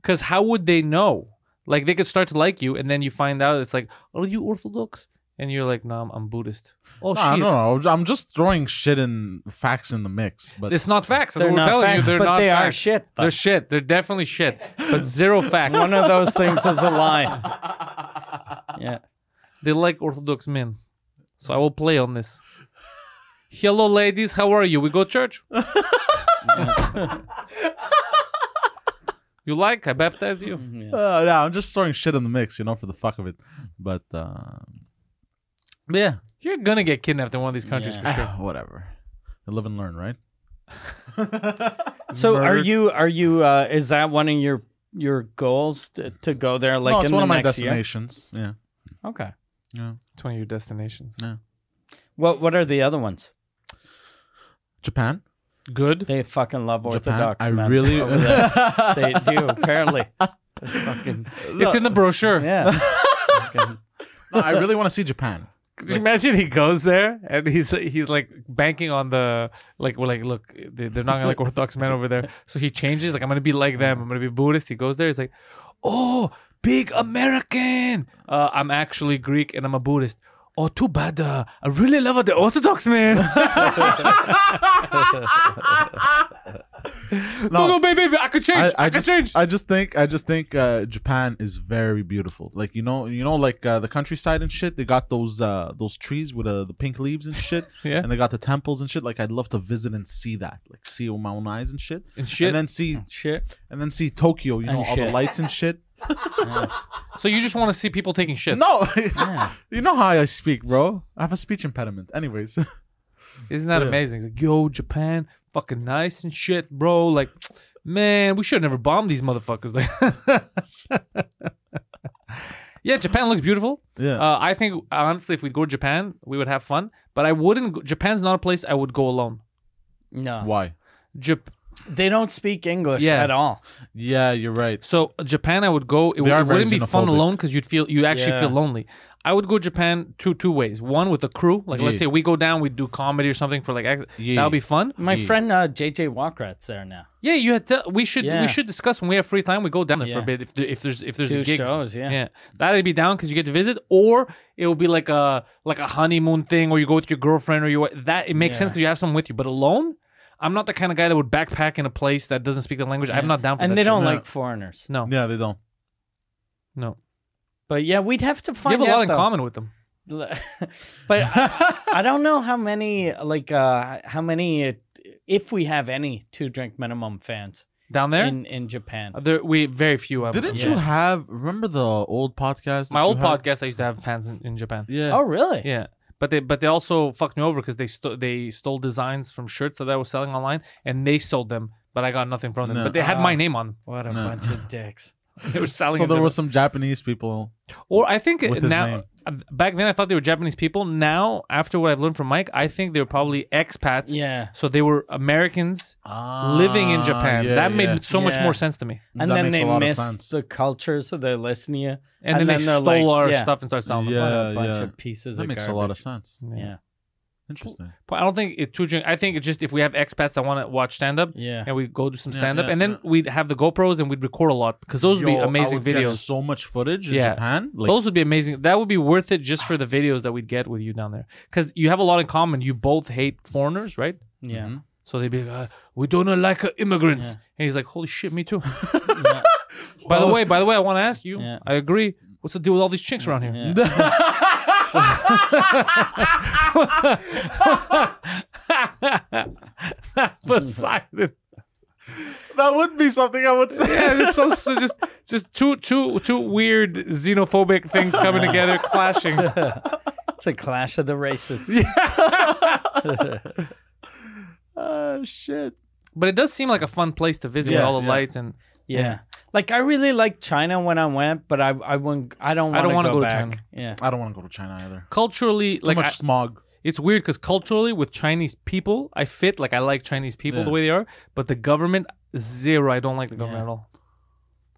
S1: Because how would they know? Like they could start to like you, and then you find out it's like, are you Orthodox? And you're like, no, I'm, I'm Buddhist. Oh
S3: Nah,
S1: shit!
S3: no, no, I'm- I'm just throwing shit and facts in the mix. But
S1: It's not facts. That's
S2: They're
S1: what we're
S2: not
S1: telling
S2: facts,
S1: you. They're
S2: but
S1: not
S2: they are
S1: facts.
S2: shit, though.
S1: They're shit. They're definitely shit, but zero facts.
S2: One of those things was a lie. Yeah.
S1: They like Orthodox men. So I will play on this. Hello, ladies. How are you? We go church. You like? I baptize you.
S2: Yeah.
S3: Uh, yeah, I'm just throwing shit in the mix, you know, for the fuck of it. But, um, but yeah,
S1: You're gonna get kidnapped in one of these countries
S2: Yeah.
S1: for sure.
S3: whatever. You live and learn, right?
S2: So are
S1: Murdered.
S2: you are you uh is that one of your your goals to, to go there like
S3: no,
S2: in
S3: it's
S2: the
S3: one of my
S2: next year?
S3: destinations.
S2: Okay.
S1: It's one of your destinations.
S3: Yeah, yeah.
S2: What what are the other ones?
S3: Japan,
S1: Good.
S2: They fucking love
S3: Japan.
S2: Orthodox
S3: I
S2: men.
S3: really.
S2: they do apparently. It's fucking
S1: It's in the brochure.
S2: yeah.
S3: No, I really want to see Japan.
S1: Could you imagine he goes there and he's he's like banking on the like we're like look they- they're not gonna like Orthodox men over there so he changes like I'm gonna be like them I'm gonna be Buddhist he goes there he's like oh big American uh, I'm actually Greek and I'm a Buddhist oh too bad uh, I really love the Orthodox man no no baby, baby I could change I,
S3: I, I
S1: could
S3: just,
S1: change
S3: I just think, I just think uh, Japan is very beautiful. Like you know, you know, like uh, the countryside and shit. They got those uh, those trees with uh, the pink leaves and shit.
S1: Yeah.
S3: And they got the temples and shit. Like I'd love to visit and see that. Like see it with my own eyes and shit.
S1: And shit.
S3: And then see,
S2: Shit.
S3: and then see Tokyo. You know,
S2: And
S3: all the
S2: shit.
S3: lights and shit.
S1: so you just want to see people taking shit
S3: No, you know how I speak, bro. I have a speech impediment. Anyways,
S1: Isn't that
S3: So-
S1: amazing? It's like, yo, Japan, fucking nice and shit, bro. Like, man, we should never bomb these motherfuckers. Like, yeah, Japan looks beautiful.
S3: yeah.
S1: Uh, I think honestly, if we go to Japan, we would have fun. But I wouldn't. Go, Japan's not a place I would go alone.
S2: No.
S3: Why?
S1: Jap-
S2: They don't speak English
S1: Yeah.
S2: at all.
S3: Yeah, you're right.
S1: so uh, Japan, I would go. It,
S3: They
S1: w-
S3: are
S1: it
S3: very
S1: wouldn't be fun
S3: xenophobic.
S1: alone because you'd feel you actually
S2: Yeah.
S1: feel lonely. I would go to Japan two two ways. One with a crew, like let's
S3: Yeah.
S1: say we go down, we do comedy or something for like ex-
S3: Yeah.
S1: that would be fun.
S2: My friend uh, JJ Walkrat's there now.
S1: Yeah, you had. To, we should
S2: Yeah.
S1: we should discuss when we have free time. We go down there for a
S2: Yeah.
S1: bit if there, if there's if there's
S2: Do
S1: gigs.
S2: shows, yeah.
S1: that'd be down because you get to visit, or it will be like a like a honeymoon thing, or you go with your girlfriend, or you that it makes sense because you have someone with you. But alone, I'm not the kind of guy that would backpack in a place that doesn't speak the language. I'm not down for that.
S2: And they
S1: shit.
S2: don't
S3: No.
S2: like foreigners.
S1: No,
S3: Yeah, they don't.
S1: no.
S2: But yeah, we'd have to
S1: You
S2: find
S1: have a lot
S2: out
S1: in
S2: though.
S1: common with them.
S2: but I, I don't know how many like uh how many uh, if we have any two drink minimum fans
S1: Down there,
S2: in in Japan.
S1: there we very few. I would-
S3: Didn't
S2: Yeah.
S3: you have? Remember the old podcast?
S1: Oh, My
S3: that you
S1: old
S3: had?
S1: podcast, I used to have fans in, in Japan.
S3: Yeah.
S2: Oh really?
S1: Yeah, but they but they also fucked me over because they sto- they stole designs from shirts that I was selling online, and they sold them, but I got nothing from them.
S3: No.
S1: But they had my name on
S2: What a
S3: No.
S2: bunch of dicks.
S1: them. They were selling.
S3: So
S1: it
S3: there
S1: to
S3: were
S1: me.
S3: some Japanese people.
S1: or I think
S3: with his
S1: now. uh,
S3: name.
S1: Back then, I thought they were Japanese people. Now, after what I've learned from Mike, I think they were probably expats.
S2: Yeah.
S1: So they were Americans living in Japan.
S3: Ah, yeah,
S1: that made
S3: yeah.
S1: so much
S2: Yeah.
S1: more sense to me.
S2: And
S3: That
S2: then
S3: makes
S2: they
S3: a lot of
S2: miss
S3: sense.
S2: the culture, so they're listening to you.
S1: And, then, they
S2: they're
S1: stole
S2: like,
S1: our
S2: yeah,
S1: stuff and started selling
S3: Yeah,
S1: them.
S2: what a bunch
S3: yeah.
S2: of pieces
S3: That
S2: of
S3: makes
S2: garbage.
S3: a lot of sense.
S2: Yeah.
S3: Interesting.
S1: But I don't think it too. drink- I think it's just if we have expats that want to watch stand up,
S2: Yeah.
S1: and we go do some
S3: Yeah,
S1: stand up,
S3: yeah,
S1: and then
S3: yeah.
S1: we'd have the GoPros and we'd record a lot because those would be
S3: Yo, I
S1: amazing
S3: would get
S1: videos.
S3: so much footage in
S1: Yeah.
S3: Japan. Like,
S1: those would be amazing. That would be worth it just for the videos that we'd get with you down there because you have a lot in common. You both hate foreigners, right?
S2: Yeah.
S1: So they'd be like, uh, "We don't like uh, immigrants," and he's like, "Holy shit, me too." by the way, by the way, I want to ask you.
S2: Yeah.
S1: I agree. What's the deal with all these chicks around here? Poseidon.
S3: that would be something I would say.
S1: Yeah, it's so stu- just just two two two weird xenophobic things coming together, clashing.
S2: It's a clash of the races.
S1: Oh,
S3: Ah, shit.
S1: But it does seem like a fun place to visit with
S3: Yeah,
S1: all the
S3: yeah.
S1: lights and
S2: Yeah. Like I really liked China when I went, but I I wouldn't I don't
S1: I don't
S2: want
S1: wanna
S2: to
S1: go to
S2: back.
S1: China.
S2: Yeah.
S3: I don't want to go to China either.
S1: culturally.
S3: Too
S1: like
S3: much
S1: I-
S3: smog.
S1: it's weird because culturally with Chinese people, I fit. Like I like Chinese people the
S3: Yeah.
S1: way they are, but the government zero. I don't like the government at all.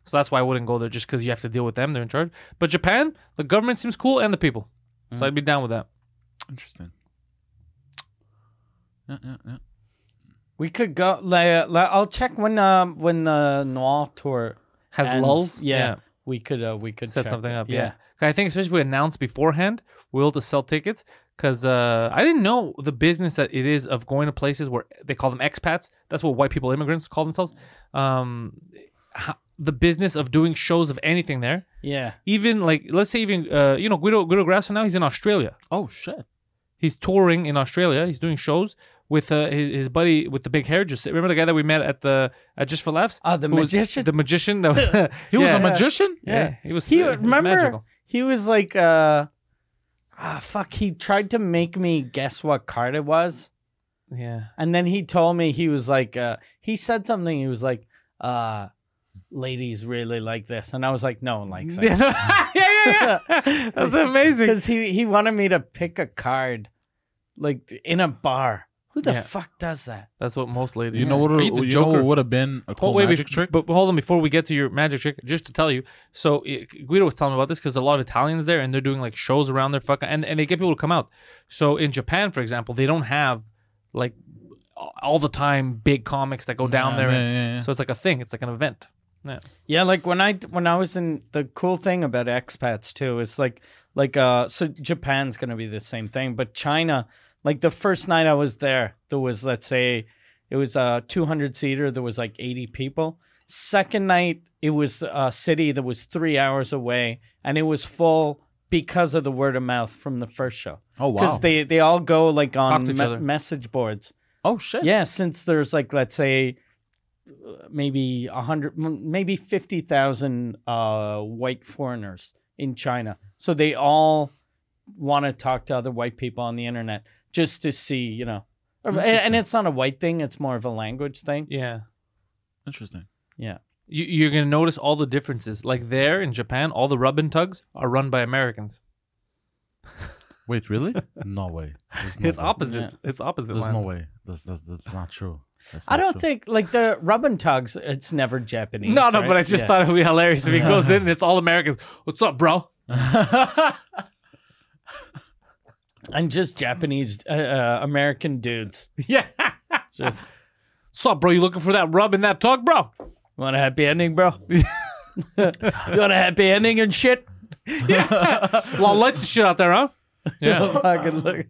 S1: So that's why I wouldn't go there, just because you have to deal with them. They're in charge. But Japan, the government seems cool and the people, so I'd be down with that.
S3: Interesting. Yeah, yeah, yeah.
S2: We could go. Like, like, I'll check when um when the Noir tour
S1: Has
S2: ends.
S1: lulls.
S2: Yeah, we could uh, we could
S1: set
S2: check
S1: something
S2: it.
S1: up. Yeah. 'Cause I think especially if we announce beforehand, we'll to sell tickets because uh, I didn't know the business that it is of going to places where they call them expats. That's what white people immigrants call themselves. Um, ho- the business of doing shows of anything there.
S2: yeah,
S1: Even like let's say even uh, you know Guido Guido Grasso now he's in Australia.
S3: Oh shit.
S1: He's touring in Australia. He's doing shows, with uh, his, his buddy with the big hair. Just remember the guy that we met at the at Just for Laughs?
S2: Oh, the
S1: Who was-
S2: magician?
S1: the magician. That was,
S3: He was
S1: Yeah.
S3: a magician.
S1: Yeah, he was.
S2: He
S1: uh, he was
S2: remember
S1: magical.
S2: he was like uh ah fuck, he tried to make me guess what card it was.
S1: Yeah.
S2: And then he told me he was like uh he said something he was like uh ladies really like this and I was like no one likes it.
S1: yeah, yeah, yeah. That's amazing.
S2: Cuz he he wanted me to pick a card like in a bar. Who the
S1: Yeah.
S2: fuck does that?
S1: That's what most ladies.
S3: You know what?
S1: Are
S3: You
S1: you the
S3: know
S1: Joker?
S3: what would have been a cool
S1: Well, wait,
S3: magic
S1: bef-
S3: trick.
S1: But hold on, before we get to your magic trick, just to tell you, so uh, Guido was telling me about this because a lot of Italians there, and they're doing like shows around their fucking, and, and they get people to come out. So in Japan, for example, they don't have like a- all the time big comics that go down there.
S3: yeah,
S1: and-
S3: yeah, yeah.
S1: So it's like a thing. It's like an event. Yeah.
S2: Yeah, like when I when I was in the cool thing about expats too is like like uh so Japan's gonna be the same thing, but China like the first night I was there, there was let's say it was a 200 seater, there was like 80 people. Second night it was a city that was three hours away, and it was full because of the word of mouth from the first show.
S3: Oh wow!
S2: Because they they all go like
S1: to
S2: on
S1: each
S2: me-
S1: other.
S2: message boards.
S3: oh shit!
S2: Yeah, since there's like let's say uh, maybe a hundred, m- maybe fifty thousand uh, white foreigners in China, so they all want to talk to other white people on the internet just to see, you know. Or- And, and it's not a white thing; it's more of a language thing.
S1: Yeah.
S3: Interesting.
S2: Yeah,
S1: You, you're gonna notice all the differences. Like there in Japan, all the rub and tugs are run by Americans.
S3: Wait, really? no way. There's no
S1: It's
S3: way.
S1: opposite. It's opposite.
S3: There's
S1: land.
S3: no way. That's that's, that's not true. That's
S2: I
S3: not
S2: don't
S3: true.
S2: think like the rub and tugs. It's never Japanese.
S1: No, no,
S2: right?
S1: but I just
S2: Yeah.
S1: thought it would be hilarious if he goes in and it's all Americans. What's up, bro?
S2: and just Japanese uh, uh, American dudes.
S1: Yeah.
S2: Just
S1: What's up, bro? You looking for that rub and that tug, bro?
S2: want a happy ending, bro? you want a happy ending and shit?
S1: A lot of lights and shit out there, huh? Yeah.
S2: Fucking look.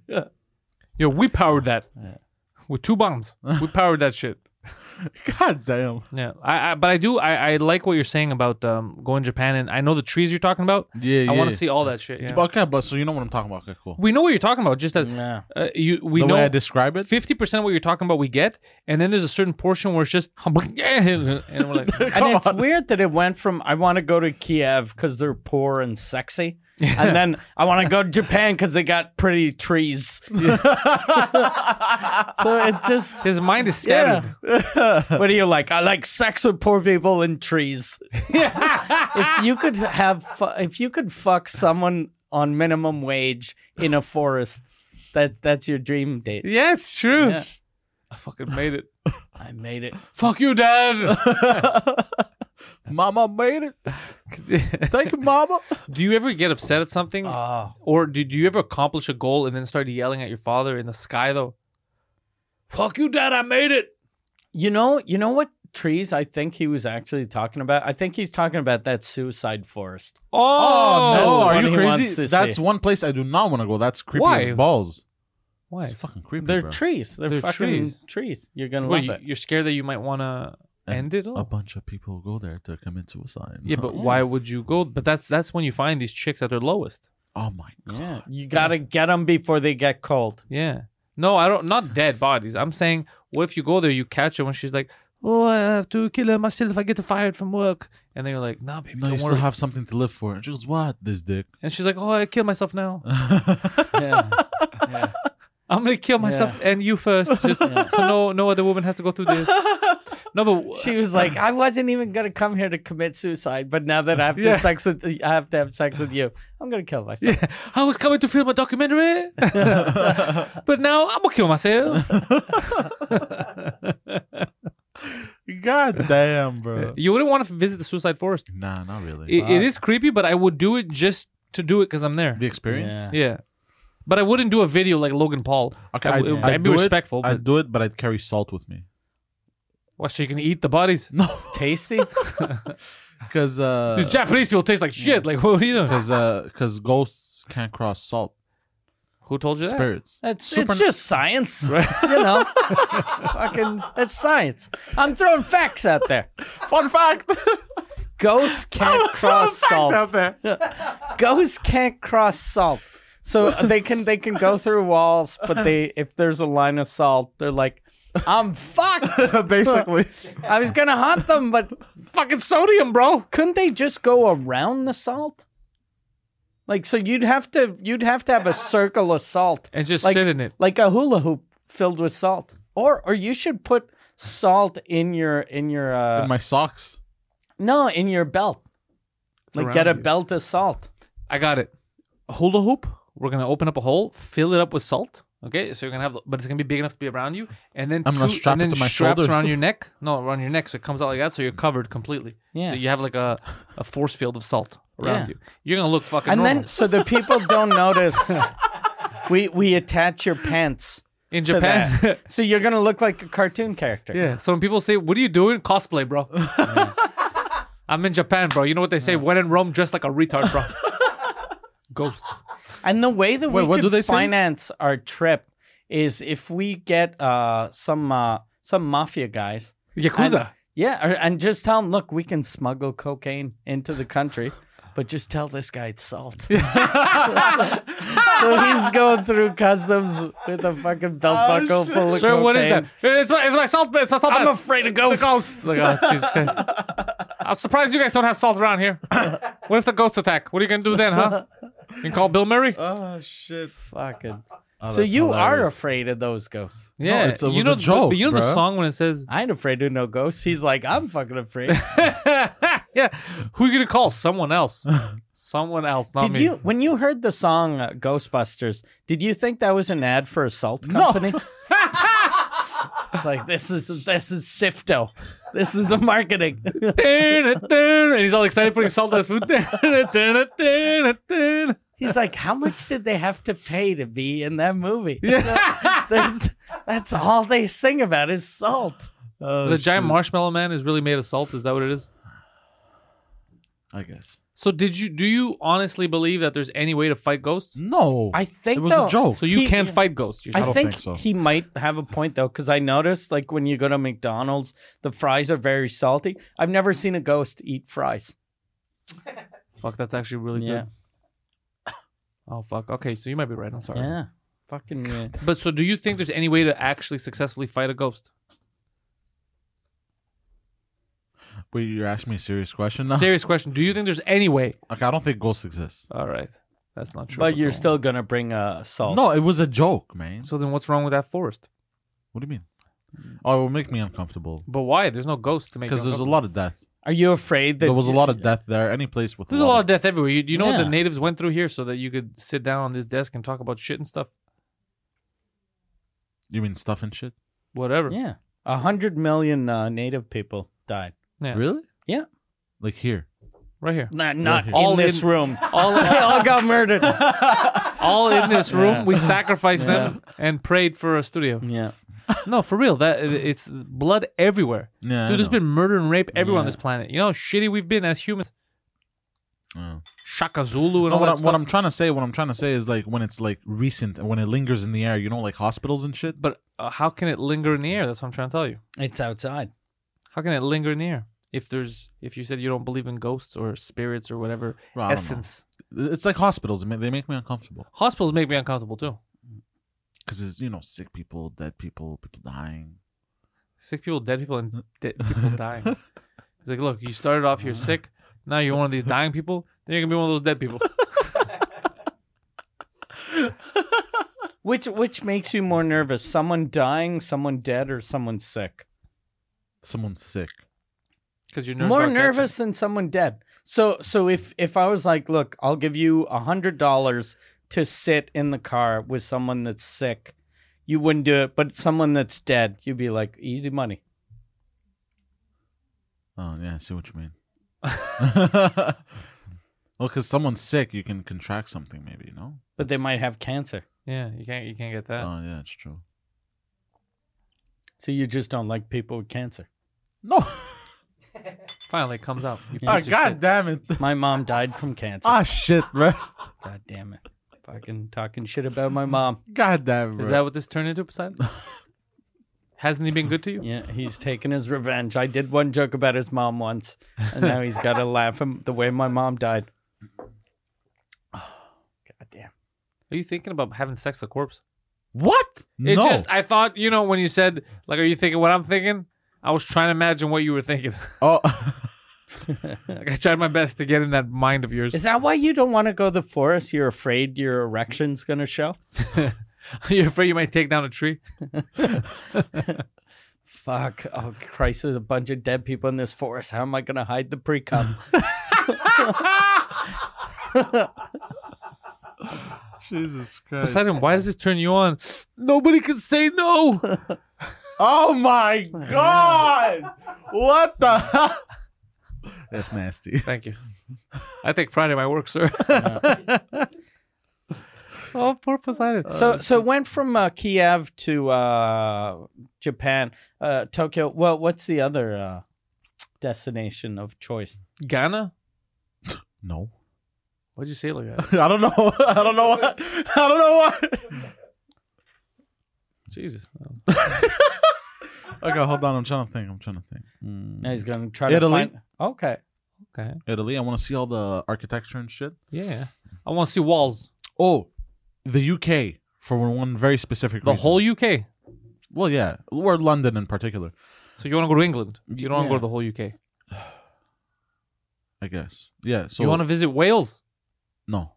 S1: Yo, we powered that with two bombs. We powered that shit.
S3: God damn.
S1: Yeah. I, I but I do I, I like what you're saying about um, going to Japan and I know the trees you're talking about.
S3: Yeah,
S1: I want
S3: yeah.
S1: to see all that shit. yeah.
S3: Okay, but so you know what I'm talking about. Okay, cool.
S1: We know what you're talking about. Just that
S2: Yeah.
S1: uh, you we
S3: the
S1: know
S3: way I describe it.
S1: fifty percent of what you're talking about we get, and then there's a certain portion where it's just and we're like,
S2: And it's weird that it went from I want to go to Kiev because they're poor and sexy, and then I want to go to Japan because they got pretty trees. so it just,
S1: his mind is scattered.
S2: yeah. what are you like? I like sex with poor people and trees. if you could have, fu- if you could fuck someone on minimum wage in a forest, that that's your dream date.
S1: Yeah, it's true.
S2: Yeah.
S1: I fucking made it.
S2: I made it.
S1: Fuck you, Dad.
S3: Mama made it. Thank you, Mama.
S1: do you ever get upset at something,
S2: Oh.
S1: or do, do you ever accomplish a goal and then start yelling at your father in the sky? Though, fuck you, Dad. I made it.
S2: You know, you know what trees I think he was actually talking about? I think he's talking about that suicide forest.
S1: Oh,
S2: that's
S3: oh,
S2: what
S3: are
S2: he
S3: you
S2: wants to
S3: crazy? That's
S2: see.
S3: one place I do not want to go. That's creepy
S1: Why?
S3: as balls.
S1: why?
S3: It's fucking creepy.
S2: They're
S3: bro.
S2: trees. They're,
S1: They're
S2: fucking
S1: trees.
S2: trees. You're gonna
S1: Well,
S2: love
S1: you,
S2: it.
S1: you're scared that you might want to end it. All?
S3: A bunch of people go there to commit suicide. Oh,
S1: Yeah, but why would you go? But that's that's when you find these chicks at their lowest.
S3: oh my god.
S2: Yeah, you gotta get them before they get cold.
S1: Yeah. No, I don't. Not dead bodies. I'm saying, what if you go there, you catch her when she's like, "Oh, I have to kill myself. I get fired from work," and then you're like, "Nah, baby,
S3: No, you
S1: don't
S3: still
S1: worry."
S3: have something to live for. And she goes, "What? This dick."
S1: and she's like, "Oh, I kill myself now.
S2: Yeah.
S1: I'm gonna kill myself and you first, just so no no other woman has to go through this." No, but
S2: she was like, I wasn't even gonna come here to commit suicide, but now that I have to
S1: Yeah.
S2: sex with, I have to have sex with you. I'm gonna kill myself.
S1: yeah, I was coming to film a documentary, but now I'm gonna kill myself.
S3: God damn, bro.
S1: You wouldn't want to visit the suicide forest.
S3: Nah, not really. Uh,
S1: It, it is creepy, but I would do it just to do it because I'm there.
S3: the experience.
S2: Yeah.
S1: Yeah. But I wouldn't do a video like Logan Paul.
S3: Okay,
S1: I,
S3: I'd,
S1: would
S3: I'd
S1: I'd be
S3: do it-
S1: respectful. but
S3: I'd do it, but I'd carry salt with me.
S1: Well, so you can eat the bodies.
S3: No, uh,
S2: Tasty.
S3: because
S1: These Japanese people taste like shit. Like, what are you doing?
S3: because because uh, ghosts can't cross salt.
S1: Who told you that?
S3: Spirits.
S2: That's
S3: Super-
S2: it's just science, you know. Fucking, it's science. I'm throwing facts out there.
S3: Fun fact.
S2: Ghosts can't cross salt.
S1: there.
S2: Ghosts can't cross salt. So they can they can go through walls, but they if there's a line of salt, they're like, I'm fucked.
S4: Basically,
S2: I was gonna hunt them, but
S1: Fucking sodium, bro.
S2: couldn't they just go around the salt? Like so you'd have to you'd have to have a circle of salt.
S1: And just
S2: Like-
S1: sit in it.
S2: Like a hula hoop filled with salt. Or or you should put salt in your in your uh
S3: In my socks.
S2: no, in your belt. like get a
S1: around you.
S2: belt of salt.
S1: I got it. A hula hoop. We're gonna open up a hole, fill it up with salt. Okay, so you're gonna have, but it's gonna be big enough to be around you, and then
S3: I'm gonna
S1: two-
S3: strap
S1: and
S3: it
S1: then
S3: to my
S1: straps
S3: shoulders.
S1: around your neck. No, around your neck, so it comes out like that, so you're covered completely.
S2: Yeah.
S1: So you have like a, a force field of salt around
S2: Yeah.
S1: you. You're gonna look fucking.
S2: And
S1: normal.
S2: then so the people don't notice we we attach your pants.
S1: in
S2: to
S1: Japan,
S2: that. so you're gonna look like a cartoon character.
S1: yeah. So when people say, "What are you doing?" Cosplay, bro. I'm in Japan, bro. You know what they say? When in Rome, dress like a retard, bro. Ghosts.
S2: And the way that
S3: Wait,
S2: we
S3: what
S2: could
S3: do they say?
S2: finance our trip is if we get uh, some uh, some mafia guys. and-
S1: Yakuza.
S2: yeah, or, and just tell them, look, we can smuggle cocaine into the country, but just tell this guy it's salt. so he's going through customs with a fucking belt buckle full of
S1: Oh, Sir,
S2: cocaine.
S1: what is that? It's my, it's my salt. It's my salt.
S2: I'm
S1: bath.
S2: afraid of
S1: The
S2: ghosts.
S1: ghosts. Like, oh, Jesus Christ. I'm surprised you guys don't have salt around here. What if the ghosts attack? What are you gonna do then, huh? You can call Bill Murray.
S2: Uh,
S3: Oh shit.
S2: Fucking.
S3: Oh,
S2: so
S3: that's
S2: you are
S3: hilarious.
S2: afraid of those ghosts.
S1: yeah,
S3: it's a- it
S1: you
S3: was
S1: know,
S3: a joke,
S1: but you know the
S3: bruh.
S1: song when it says,
S2: I ain't afraid of no ghosts. He's like, I'm fucking afraid.
S1: "Yeah, who are you gonna call? Someone else. Someone else, not
S2: Did
S1: me."
S2: you when you heard the song uh, Ghostbusters? Did you think that was an ad for a salt company? it's like this is this is Sifto. This is the marketing.
S1: and he's all excited putting salt on his food.
S2: He's like, how much did they have to pay to be in that movie? There's, that's all they sing about is salt.
S1: the giant marshmallow man is really made of salt. Is that what it is?
S3: I guess.
S1: So did you do you honestly believe that there's any way to fight ghosts?
S3: No.
S2: I think
S3: it was
S2: though-
S3: a joke.
S1: So you
S2: He-
S1: can't fight ghosts. You're
S2: I,
S3: don't
S2: think,
S3: think so.
S2: he might have a point though, because I noticed like when you go to McDonald's, the fries are very salty. I've never seen a ghost eat fries.
S1: Fuck, that's actually really
S2: Yeah.
S1: good. Oh fuck. Okay, so you might be right. I'm sorry.
S2: Yeah, fucking. Yeah.
S1: But so, do you think there's any way to actually successfully fight a ghost?
S3: Wait, you're asking me a serious question now?
S1: Serious question. Do you think there's any way?
S3: okay, I don't think ghosts exist.
S1: All right, that's not true.
S2: But you're
S1: no.
S2: still gonna bring a salt.
S3: No, it was a joke, man.
S1: Oh. So then, what's wrong with that forest?
S3: What do you mean? Oh, it would make me uncomfortable
S1: But why? There's no ghosts to make.
S3: because
S1: you
S3: there's a
S1: uncomfortable.
S3: lot of death.
S2: Are you afraid that
S3: There was a lot of death there. Any place with
S1: There's a lot of death everywhere. You, you know what the
S2: Yeah.
S1: natives went through here, so that you could sit down on this desk and talk about shit and stuff.
S3: You mean stuff and shit?
S1: Whatever.
S2: Yeah, a hundred million uh, native people died.
S1: Yeah.
S3: Really?
S2: Yeah,
S3: Like here?
S1: Right here.
S2: not not
S3: Really?
S2: all
S1: All
S2: this
S1: in-
S2: room.
S1: All,
S2: they all got murdered.
S1: all in this room, we sacrificed them and prayed for a studio.
S3: Mm.
S2: yeah,
S1: No, for real. That it- it's blood everywhere.
S3: Yeah, I
S1: Dude, there's
S3: know.
S1: been murder and rape everywhere on
S2: Yeah.
S1: this planet. You know how shitty we've been as humans.
S3: Oh.
S1: Shaka Zulu and
S3: No,
S1: all
S3: what,
S1: that
S3: I'm, what
S1: stuff.
S3: I'm trying to say, what I'm trying to say is like when it's like recent and when it lingers in the air, you know, like hospitals and shit.
S1: But uh, how can it linger in the air? That's what I'm trying to tell you.
S2: it's outside.
S1: How can it linger in the air? If there's, if you said you don't believe in ghosts or spirits or whatever
S3: Bro, I don't know.
S1: essence,
S3: It's like hospitals. It ma- They make me uncomfortable
S1: hospitals make me uncomfortable too.
S3: because it's you know sick people, dead people, people dying.
S1: Sick people, dead people, and dead people dying. It's like, look, you started off here sick. Now you're one of these dying people. Then you're gonna be one of those dead people.
S2: Which which makes you more nervous? Someone dying, someone dead, or someone sick?
S3: Someone's sick.
S1: Because you're nervous
S2: more
S1: about catching-
S2: nervous than someone dead. So so if if I was like, look, I'll give you a hundred dollars to sit in the car with someone that's sick, you wouldn't do it. But someone that's dead, you'd be like, easy money.
S3: Oh yeah, I see what you mean. well, because someone's sick, you can contract something, maybe you know.
S2: But they might have cancer.
S1: Yeah, you can't, you can't get that.
S3: Oh yeah, it's true.
S2: So you just don't like people with cancer.
S3: No,
S1: Finally, it comes out. You
S2: Yeah.
S3: Ah,
S1: piece of
S3: god
S1: shit.
S3: damn it.
S2: My mom died from cancer.
S3: ah shit, bro.
S2: God damn it. Fucking talking shit about my mom.
S3: God damn it.
S1: Is
S3: bro.
S1: that what this turned into, Poseidon? Hasn't he been good to you?
S2: Yeah, he's taking his revenge. I did one joke about his mom once, and now he's got to laugh at the way my mom died. God damn.
S1: Are you thinking about having sex with a corpse?
S3: What?
S1: It
S3: no.
S1: just I thought, you know, when you said like are you thinking what I'm thinking? I was trying to imagine what you were thinking.
S3: oh,
S1: like, I tried my best to get in that mind of yours.
S2: Is that why you don't want to go to the forest? You're afraid your erection's going to show?
S1: You're afraid you might take down a tree?
S2: Fuck. Oh, Christ, there's a bunch of dead people in this forest. How am I going to hide the pre cum?
S3: Jesus Christ.
S1: Poseidon, why does this turn you on? Nobody can say no.
S3: Oh my God! what the? That's nasty.
S1: Thank you. I take pride in my work, sir. oh, poor Poseidon.
S2: so, so it went from uh, Kiev to uh, Japan, uh, Tokyo. Well, what's the other uh, destination of choice?
S1: Ghana?
S3: No,
S1: Why'd you say it like uh, that?
S3: I don't know. I don't know. What, I don't know what.
S1: Jesus.
S3: Okay, hold on. I'm trying to think. I'm trying to think. Mm.
S2: Now he's going to try
S3: Italy?
S2: to find. Okay.
S1: Okay.
S3: Italy. I want to see all the architecture and shit.
S1: Yeah. I want to see walls.
S3: Oh, the UK for one very specific
S1: The
S3: reason.
S1: whole UK.
S3: Well, yeah, or London in particular,
S1: So you want to go to England? You don't want to go
S3: Yeah.
S1: to the whole UK.
S3: I guess. Yeah. So
S1: you want to visit Wales?
S3: no?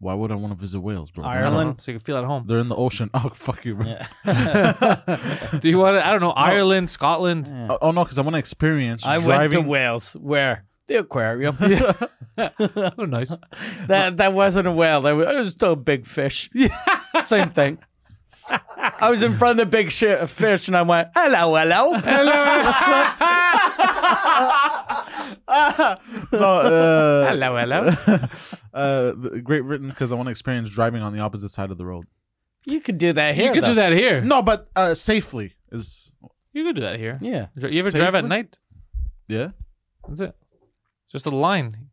S3: Why would I want to visit Wales, bro?
S1: I don't know,
S2: Ireland?
S1: Uh-huh. So you can feel at home.
S3: They're in the ocean. Oh fuck you, bro.
S2: Yeah.
S1: Do you want to, I don't know, Ireland, Scotland?
S3: Oh, oh, no, because I want to experience.
S2: I went to
S3: driving...
S2: Wales. Where? The aquarium.
S1: Oh, nice.
S2: That that wasn't a whale. That was, it was still a big fish. Same thing. I was in front of the big shi fish and I went, hello, hello.
S3: No, uh,
S1: Hello, hello.
S3: uh, the- Great Britain because I want to experience driving on the opposite side of the road.
S2: You could do that here.
S1: you could do
S2: though.
S1: that here.
S3: No, but uh, safely is
S1: You could do that here.
S2: Yeah.
S1: Dri- You ever drive at
S3: Safely?
S1: night?
S3: yeah.
S1: That's it. Just a line.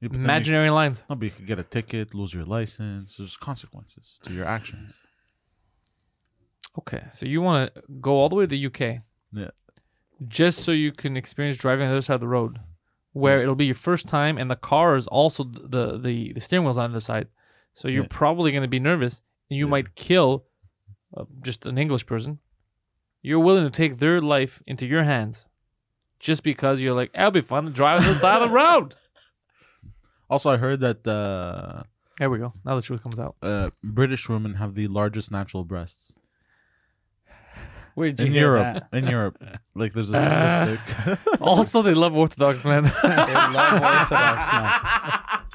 S3: You, but then You,
S1: Imaginary lines.
S3: no, but you could get a ticket, lose your license. There's consequences to your actions.
S1: Okay. So you want to go all the way to the UK
S3: Yeah.
S1: just so you can experience driving on the other side of the road where it'll be your first time and the car is also th- the the, the steering wheel's on the other side. So you're
S3: Yeah.
S1: probably going to be nervous and you
S3: Yeah.
S1: might kill uh, just an English person. You're willing to take their life into your hands just because you're like, it'll be fun to drive on the side of the road.
S3: Also, I heard that uh,
S1: There we go. Now the truth comes out.
S3: uh, British women have the largest natural breasts
S2: Where'd you
S3: in
S2: hear
S3: Europe. In Europe, like there's a statistic.
S1: Also, they love Orthodox, man.
S2: that? They love Orthodox now.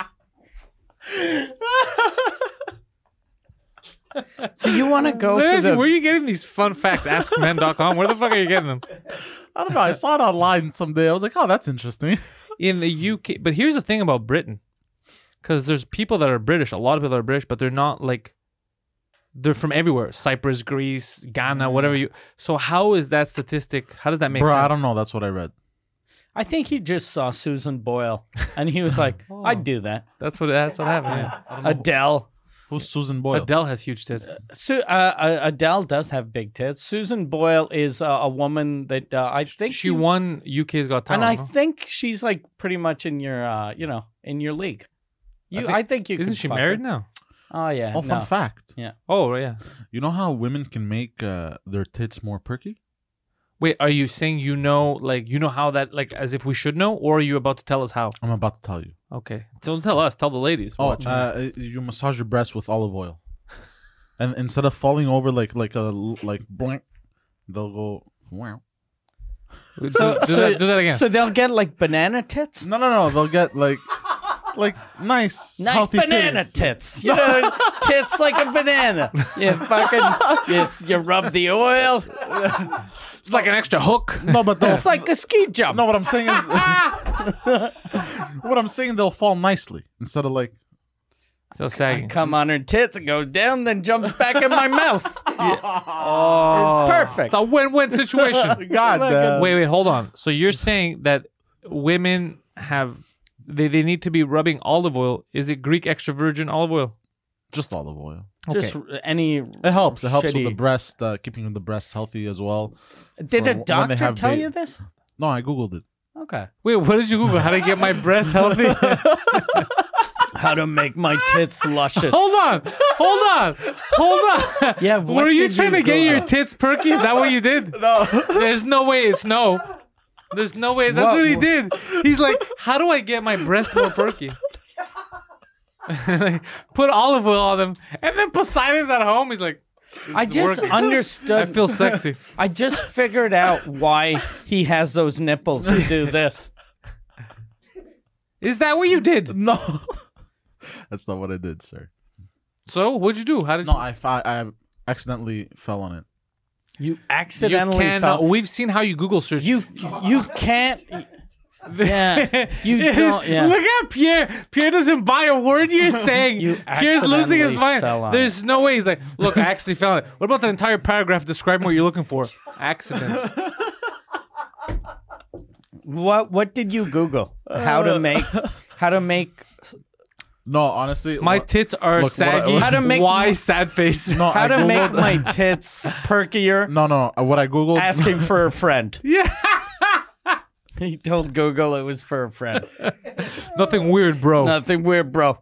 S2: So you want to go for
S1: Listen,
S2: the
S1: where are you getting these fun facts? AskMen.com. Where the fuck are you getting them?
S3: I don't know. I saw it online someday. I was like, oh, that's interesting.
S1: In the UK. But here's the thing about Britain. Because there's people that are British, a lot of people that are British, but they're not like, they're from everywhere Cyprus, Greece, Ghana, whatever you. So, how is that statistic? How does that make
S3: Bro,
S1: sense?
S3: I don't know. That's what I read.
S2: I think he just saw Susan Boyle and he was like, I'd do that.
S1: That's what, that's what happened.
S2: Adele.
S3: Who's Susan Boyle?
S1: Adele has huge tits.
S2: Su- uh, uh, Adele does have big tits. Susan Boyle is uh, a woman that uh, I think
S1: She
S2: you-
S1: won UK's Got Talent.
S2: and I
S1: huh?
S2: think she's like pretty much in your, uh, you know, in your league. You, I think,
S1: think-
S2: you.
S1: Isn't
S2: could
S1: she
S2: fuck
S1: married
S2: her.
S1: now?
S2: Oh yeah.
S3: Oh, fun
S2: no.
S3: fact.
S1: Oh, right, yeah.
S3: You know how women can make uh, their tits more perky?
S1: Wait, are you saying you know, like, you know how that, like, as if we should know, or are you about to tell us how?
S3: I'm about to tell you.
S1: Okay. Don't tell us. Tell the ladies.
S3: Oh,
S1: watching.
S3: uh, you massage your breasts with olive oil, and instead of falling over like like a like blank, they'll go wow.
S1: do,
S2: So,
S1: do
S2: so-
S1: that, do that again.
S2: So they'll get like banana tits.
S3: No, no, no. They'll get like like nice,
S2: Nice
S3: healthy
S2: banana
S3: titties.
S2: tits. You know, tits like a banana. You fucking. Yes, you rub the oil.
S1: it's like an extra hook.
S3: No, but they'll.
S2: It's like a ski jump.
S3: no, what I'm saying is, what I'm saying, they'll fall nicely instead of like.
S1: So
S2: I
S1: sagging.
S2: come on her tits, it goes down, then jumps back in my mouth. It's perfect.
S1: It's a win-win situation.
S3: God damn.
S1: wait, wait, hold on. So you're saying that women have they, they need to be rubbing olive oil. Is it Greek extra virgin olive oil?
S3: Just olive oil.
S2: Just any.
S3: It helps. It helps with the
S2: Oh, Shitty.
S3: breast, uh, keeping the breasts healthy as well.
S2: Did a
S3: when- when they
S2: doctor
S3: have
S2: tell
S3: ba-
S2: you this?
S3: No, I googled it.
S2: Okay.
S1: Wait, what did you Google? How to get my breasts healthy?
S2: how to make my tits luscious.
S1: Hold on, hold on, hold on.
S2: Yeah, what
S1: were you
S2: did
S1: trying
S2: you
S1: to get
S2: go-
S1: your tits perky? Is that what you did?
S4: No.
S1: There's no way it's no. There's no way. That's what,
S2: What-
S1: he did. He's like, how do I get my breasts more perky? Like, Put olive oil on them, and then Poseidon's at home. He's like,
S2: I just
S1: working.
S2: understood.
S1: I feel sexy.
S2: I just figured out why he has those nipples to do this.
S1: Is that what you did?
S3: No, that's not what I did, sir.
S1: So what'd you do? How did
S3: No,
S1: you?
S3: I fi- I accidentally fell on it.
S2: You
S1: you
S2: accidentally
S1: cannot-
S2: fell-
S1: We've seen how you Google search.
S2: You you can't. Yeah, you
S1: It is-
S2: don't. Yeah.
S1: Look at Pierre. Pierre doesn't buy a word you're saying.
S2: You
S1: Pierre's losing his
S2: accidentally
S1: mind.
S2: fell on
S1: There's no way. He's like, look, I actually found it. What about the entire paragraph describing what you're looking for? Accident.
S2: What what did you Google? How to make how to make
S3: No, honestly,
S1: My
S3: what-
S1: tits are
S3: Look, what I-
S1: saggy.
S3: How
S2: to make-
S1: Why sad face?
S3: no,
S2: how
S3: I
S2: to make
S3: googled-
S2: my tits perkier?
S3: No, no, no. What I googled.
S2: Asking for a friend.
S1: Yeah.
S2: He told Google it was for a friend.
S1: Nothing weird, bro.
S2: Nothing weird, bro.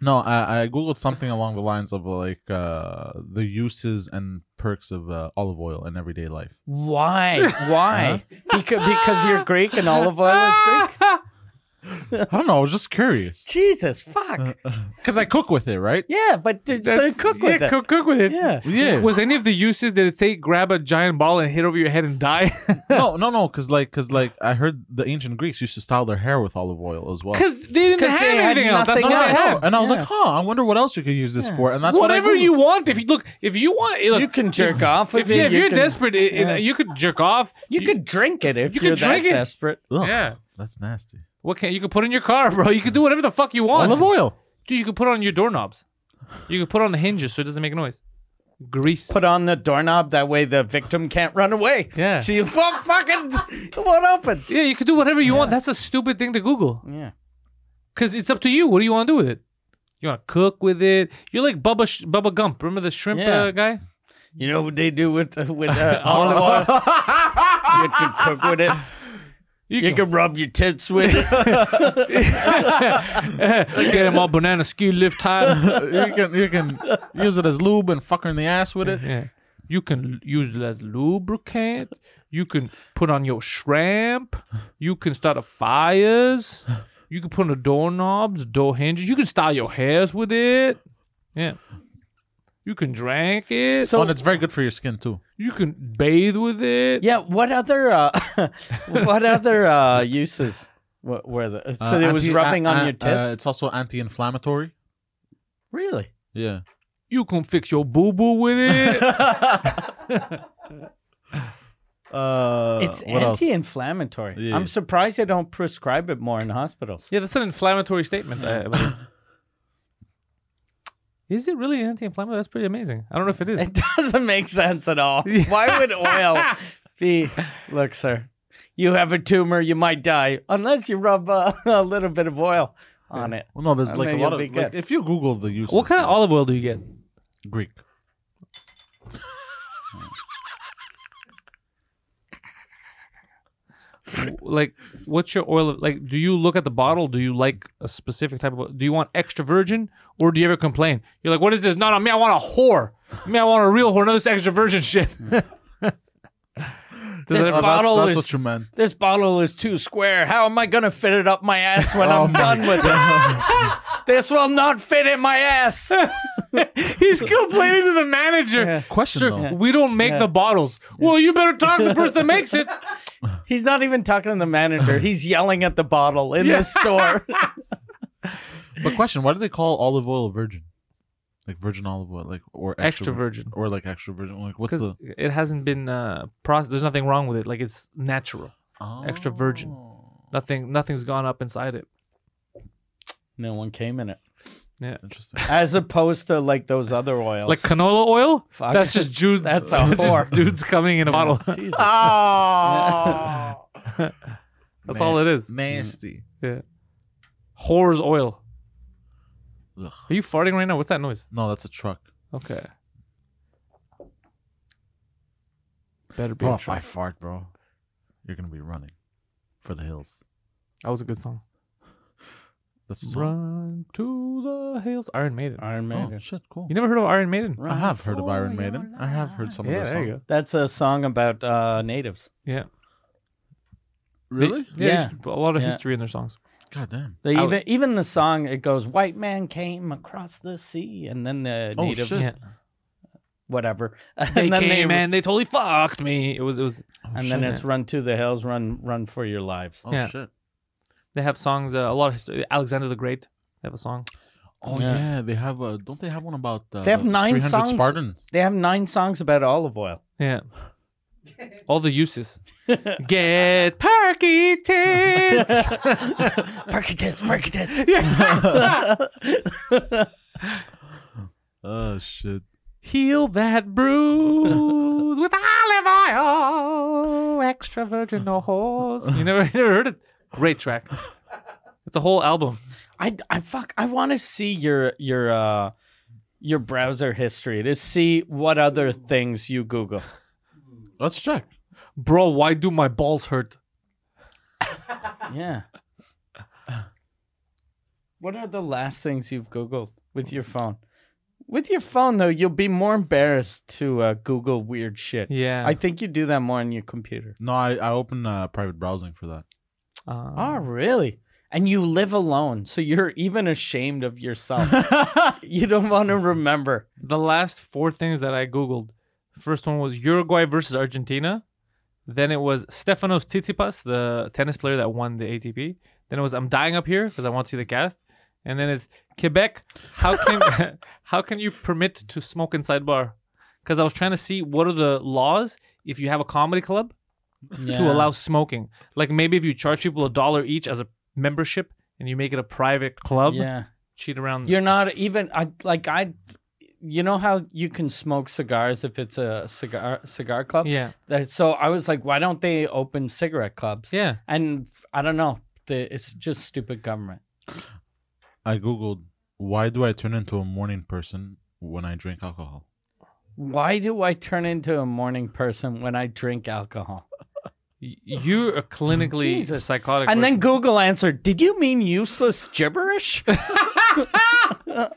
S3: No, I, I googled something along the lines of like uh, the uses and perks of uh, olive oil in everyday life.
S2: Why? Why? Because because you're Greek and olive oil is Greek.
S3: I don't know. I was just curious
S2: Jesus fuck.
S3: because I cook with it, right?
S2: Yeah, but did, so
S1: That's-
S2: cook
S1: yeah,
S2: with it.
S1: Cook, cook with it.
S2: Yeah.
S3: Yeah.
S1: Was any of the uses did it say grab a giant ball and hit over your head and die?
S3: no, no, no. Because like, because like, I heard the ancient Greeks used to style their hair with olive oil as well.
S1: Because they didn't
S2: 'Cause
S1: have
S2: they had
S1: anything else. That's
S2: nothing
S1: what
S3: No,
S1: they
S3: I know.
S1: had.
S3: And I was like, huh, I wonder what else you could use this for. And that's
S1: Whatever
S3: what I
S1: you want. If you look, if you want, look,
S2: You can jerk off
S1: If,
S2: with
S1: you,
S2: it,
S1: if
S2: you
S1: you're
S2: can-
S1: desperate, it, it-
S2: yeah.
S1: you could jerk off.
S2: You, could drink it if
S1: you
S2: you
S1: could
S2: are that
S1: drink it.
S2: desperate.
S3: Ugh,
S1: Yeah.
S3: that's nasty.
S1: What can you could put in your car, bro? You could do whatever the fuck you want.
S3: Olive oil.
S1: Dude, you could put on your doorknobs. You could put on the hinges so it doesn't make noise. Grease.
S2: Put on the doorknob that way the victim can't run away.
S1: Yeah.
S2: She fu- fucking it won't open.
S1: yeah, you could do whatever you want. That's a stupid thing to Google.
S2: Yeah.
S1: Cause it's up to you. What do you want to do with it? You want to cook with it? You're like Bubba Sh- Bubba Gump. Remember the shrimp
S2: Yeah.
S1: uh, guy?
S2: You know what they do with uh, with uh, olive oil? you can cook with it. You can rub your tits with it.
S1: get him all banana ski lift high.
S3: you can you can use it as lube and fuck her in the ass with it.
S1: Yeah. You can use it as lubricant. You can put on your shrimp. You can start a fires. You can put on the doorknobs, door hinges. You can style your hairs with it. Yeah. You can drink it.
S3: So, and it's very good for your skin too.
S1: you can bathe with it.
S2: yeah. What other uh, what other uh, uses wa- were the So
S3: Uh,
S2: it was
S3: anti-
S2: rubbing
S3: a-
S2: on
S3: a-
S2: your
S3: uh,
S2: tits.
S3: it's also anti-inflammatory.
S2: really?
S3: Yeah.
S1: You can fix your boo boo with it.
S3: Uh,
S2: It's
S3: what else?
S2: anti-inflammatory.
S3: Yeah.
S2: I'm surprised they don't prescribe it more in hospitals.
S1: yeah, that's an inflammatory statement. I- but- is it really anti-inflammatory? That's pretty amazing. I don't know if it is.
S2: It doesn't make sense at all. Why would oil be? Look, sir, you have a tumor, you might die unless you rub uh, a little bit of oil on it.
S3: Well, no, there's
S2: I
S3: like a
S2: mean,
S3: lot
S2: you'll
S3: of
S2: be
S3: like,
S2: good.
S3: if you Google the use.
S1: What kind of olive oil do you get?
S3: Greek?
S1: like what's your oil of, like do you look at the bottle do you like a specific type of oil? do you want extra virgin or do you ever complain you're like what is this no no me i want a whore me i want a real whore no this extra virgin shit
S2: This
S3: Oh, that's,
S2: bottle
S3: that's
S2: is
S3: what you meant.
S2: this bottle is too square. How am I gonna fit it up Oh my ass when I'm done with it? this will not fit in my ass.
S1: he's complaining to the manager
S3: Question
S1: Sir,
S3: though.
S1: we don't make the bottles. Well, you better talk to the person that makes it.
S2: He's not even talking to the manager. He's yelling at the bottle in the store.
S3: But question: Why do they call olive oil virgin? Like virgin olive oil, like or extra,
S1: Extra virgin.
S3: or like extra virgin. Like what's
S1: Because
S3: the
S1: it hasn't been uh, processed. There's nothing wrong with it. Like it's natural. Extra virgin.
S3: Oh,
S1: Nothing. Nothing's gone up inside it.
S2: no one came in it.
S3: Interesting.
S2: As opposed to like those other oils.
S1: Like canola oil.
S2: Fuck.
S1: That's just Jews.
S2: That's a
S1: just
S2: whore.
S1: dudes coming in a bottle.
S2: Jesus.
S1: Ah,
S2: Ah.
S1: That's all it
S3: Mm.
S1: is.
S3: Nasty.
S1: Yeah. Whore's oil.
S3: Ugh.
S1: Are you farting right now? What's that noise?
S3: No, that's a truck.
S1: Okay. Better be.
S3: Bro,
S1: a
S3: if Oh, I
S1: truck.
S3: fart, bro, you're gonna be running for the hills.
S1: That was a good song.
S3: That's the song.
S1: Run to the hills. Iron Maiden.
S2: Iron Maiden.
S3: Oh shit, cool.
S1: You never heard of Iron Maiden?
S3: I have heard of Iron Maiden. I have heard some
S1: Yeah,
S3: of their
S1: there you
S3: songs.
S1: go.
S2: That's a song about uh, natives.
S1: Yeah.
S3: Really?
S1: Yeah.
S2: Yeah.
S1: there's A lot of
S2: Yeah.
S1: history in their songs.
S3: God damn.
S2: They
S1: I
S2: even even the song it goes, "White man came across the sea," and then the
S3: Oh,
S2: natives,
S3: shit.
S1: Yeah.
S2: whatever,
S1: They
S2: and then
S1: came
S2: they,
S1: and they totally fucked me. It was it was
S2: and then it's "Run to the hills, run, run for your lives."
S3: Oh
S1: Yeah.
S3: shit.
S1: they have songs uh, a lot of history. Alexander the Great. They have a song.
S3: Oh
S2: Yeah.
S3: yeah. they have a. Don't they have one about? Uh,
S2: They have nine
S3: 300
S2: songs.
S3: Spartans.
S2: They have nine songs about olive oil.
S1: Yeah. All the uses. Get perky tits.
S2: Perky tits, perky tits.
S3: Oh shit.
S1: Heal that bruise with olive oil. Extra virgin horse. You never, you never heard it? Great track. It's a whole album.
S2: I, I fuck I want to see your your uh your browser history to see what other things you Google.
S3: Let's check.
S1: Bro, why do my balls hurt?
S2: Yeah. What are the last things you've Googled with your phone? With your phone though, you'll be more embarrassed to uh, Google weird shit.
S1: Yeah.
S2: I think you do that more on your computer.
S3: No, I I open uh, private browsing for that.
S1: Um,
S2: Oh, really? And you live alone, so you're even ashamed of yourself. you don't want to remember.
S1: the last four things that I googled. First one was Uruguay versus Argentina. Then it was Stefanos Tsitsipas, the tennis player that won the ATP. Then it was I'm dying up here because I want to see the cast. And then it's Quebec. How can how can you permit to smoke inside bar? Because I was trying to see what are the laws if you have a comedy club to allow smoking. Like maybe if you charge people a dollar each as a membership and you make it a private club,
S2: Yeah.
S1: cheat around.
S2: You're not even I like I you know how you can smoke cigars if it's a cigar cigar club?
S1: yeah,
S2: That- so I was like, why don't they open cigarette clubs?
S1: yeah.
S2: And I don't know. The, it's just stupid government.
S3: I googled why do I turn into a morning person when I drink alcohol.
S2: Why do I turn into a morning person when I drink alcohol?
S1: Y- You're a clinically
S2: Jesus.
S1: psychotic.
S2: And then
S1: person.
S2: Google answered, did you mean useless gibberish?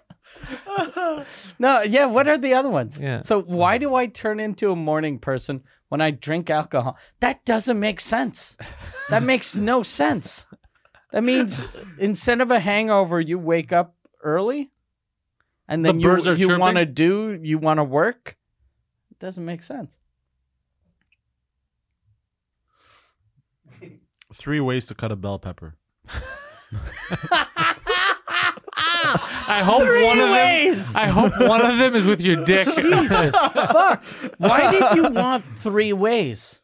S2: no, yeah, what are the other ones?
S1: Yeah.
S2: So why do I turn into a morning person when I drink alcohol? That doesn't make sense. That makes no sense. That means instead of a hangover, you wake up early and then
S1: The
S2: you,
S1: birds are
S2: you
S1: chirping?
S2: want to do, you want to work. It doesn't make sense.
S3: Three ways to cut a bell pepper.
S1: I hope one of
S2: ways.
S1: them. I hope one of them is with your dick.
S2: Jesus fuck! Why did you want three ways?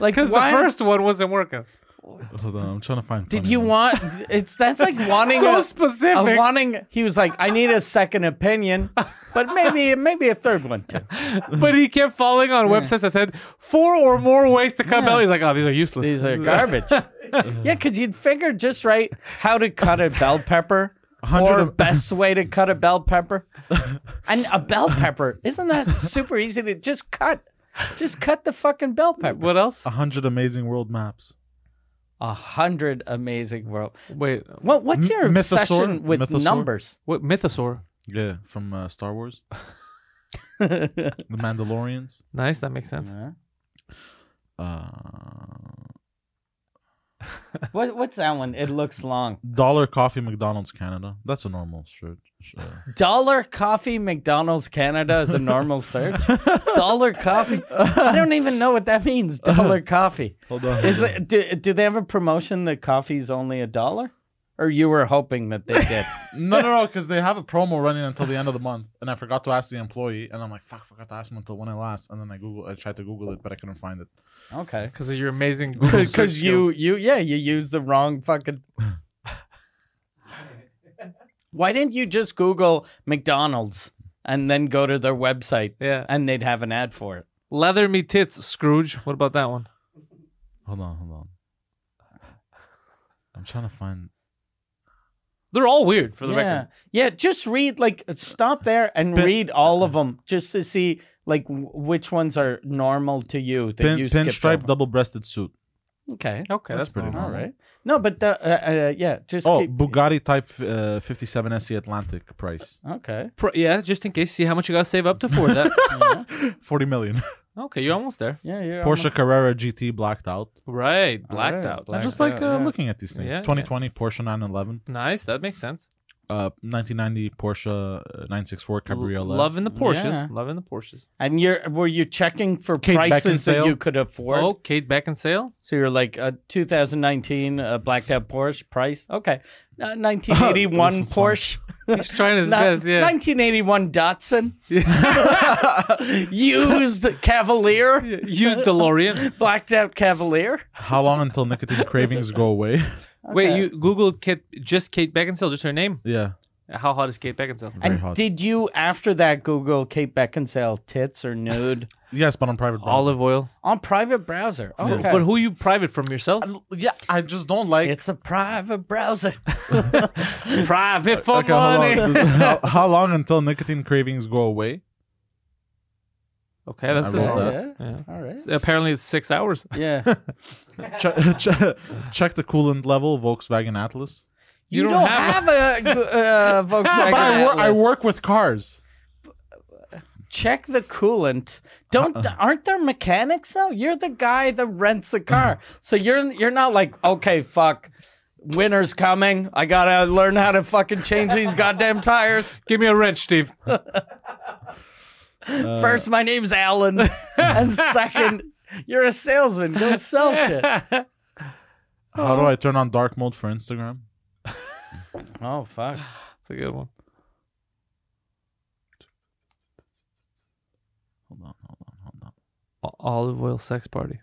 S2: Like
S1: Because the
S2: why-
S1: first one wasn't working.
S3: Hold on, I'm trying to find.
S2: Did
S3: funny
S2: you
S3: ones.
S2: want? It's that's like wanting
S1: So
S2: a,
S1: specific.
S2: a wanting. He was like, I need a second opinion, but maybe maybe a third one too.
S1: But he kept falling on websites that said four or more ways to cut belly. He's like, oh, these are useless.
S2: These are garbage. yeah, because you'd figure just right how to cut a bell pepper.
S3: hundred
S2: or
S3: of-
S2: best way to cut a bell pepper, and a bell pepper isn't that super easy to just cut? Just cut the fucking bell pepper.
S1: What else?
S3: a hundred amazing world maps?
S2: A hundred amazing world.
S1: Wait,
S2: What what's your
S3: M- Mythosaur?
S2: obsession with
S3: Mythosaur?
S2: numbers?
S1: what? Mythosaur.
S3: Yeah, from uh, Star Wars. the Mandalorians.
S1: Nice. That makes sense.
S3: Uh,
S2: What what's that one? It looks long.
S3: Dollar Coffee McDonald's Canada. That's a normal shirt. sh- uh,
S2: Dollar Coffee McDonald's Canada is a normal search. Dollar Coffee. I don't even know what that means. Dollar Coffee.
S3: Hold on.
S2: Is it, do, do they have a promotion that coffee's only a dollar? Or you were hoping that they did?
S3: No, no, no, because they have a promo running until the end of the month, and I forgot to ask the employee, and I'm like, fuck, forgot to ask him until when it lasts, and then I Google, I tried to Google it, but I couldn't find it.
S2: Okay.
S1: Because of your amazing Google search
S2: Because you,
S1: skills.
S2: you, yeah, you used the wrong fucking. Why didn't you just Google McDonald's and then go to their website?
S1: Yeah.
S2: and they'd have an ad for it.
S1: Leather me tits, Scrooge. What about that one?
S3: Hold on, hold on. I'm trying to find.
S1: They're all weird for the
S2: yeah,
S1: record.
S2: yeah. Just read like stop there and
S3: Pin-
S2: read all of them just to see like w- which ones are normal to you that
S3: Pin,
S2: you skip.
S3: pinstripe double breasted suit.
S2: Okay.
S1: Okay, that's,
S3: pretty
S1: normal.
S3: normal.
S2: All right. No, but the, uh, uh, yeah, just
S3: Oh,
S2: keep.
S3: Bugatti Type uh, 57 SE Atlantic price,
S2: Okay.
S1: Pro- yeah, just in case. See how much you gotta save up to afford that.
S3: forty million.
S1: okay, you're almost there.
S2: Yeah, you're
S3: Porsche
S2: almost-
S3: Carrera GT blacked out.
S1: Right, blacked
S2: right,
S1: out.
S3: I
S2: blacked
S3: just like
S2: out,
S3: uh,
S2: yeah.
S3: looking at these things.
S1: Yeah, yeah.
S3: 2020 Porsche 911,
S1: Nice, that makes sense.
S3: uh, 1990 Porsche uh, 964 Cabriolet.
S1: Loving the Porsches.
S2: Yeah.
S1: Loving the Porsches.
S2: And you're were you checking for
S3: Kate
S2: prices that
S3: Beckinsale.
S2: you could afford?
S1: Oh, Kate Beckinsale.
S2: So you're like uh, a 2019 uh, blacked out Porsche price. Okay. Uh, 1981
S3: is funny.
S2: Porsche.
S1: He's trying his
S2: Ni-
S1: best. Yeah.
S2: 1981 Datsun. Used Cavalier.
S1: Use DeLorean.
S2: Blacked out Cavalier.
S3: How long until nicotine cravings go away?
S1: Wait, you Googled Kate, just Kate Beckinsale, just her name.
S3: yeah.
S1: How hot is Kate Beckinsale?
S3: Very
S2: and
S3: hot.
S2: did you, after that, Google Kate Beckinsale tits or nude
S3: Yes, but on private.
S1: Olive oil.
S2: on private browser? Okay.
S1: But who you private from yourself?
S3: Yeah, I just don't like.
S2: it's a private browser.
S1: private for
S3: Okay, hold on. how, how long until nicotine cravings go away?
S1: Okay, that's
S3: I
S1: it.
S3: wrote that.
S1: Yeah.
S2: All right.
S1: Apparently, it's six hours.
S2: Yeah.
S3: check, check, check the coolant level, Volkswagen Atlas.
S2: You, don't, have, a, uh, Volkswagen.
S3: But I, wor- I
S2: Atlas.
S3: work with cars.
S2: check the coolant. Don't
S3: Uh-uh.
S2: aren't there mechanics though? You're the guy that rents a car, so you're you're not like okay, fuck. Winter's coming. I gotta learn how to fucking change these goddamn tires.
S1: Give me a wrench, Steve.
S3: Uh.
S2: First, my name's Alan, and second, you're a salesman. Go sell shit.
S3: How
S1: Oh.
S3: do I turn on dark mode for Instagram?
S2: Oh fuck.
S1: That's a good one.
S3: Hold on, hold on, hold on.
S1: O- Olive oil sex party.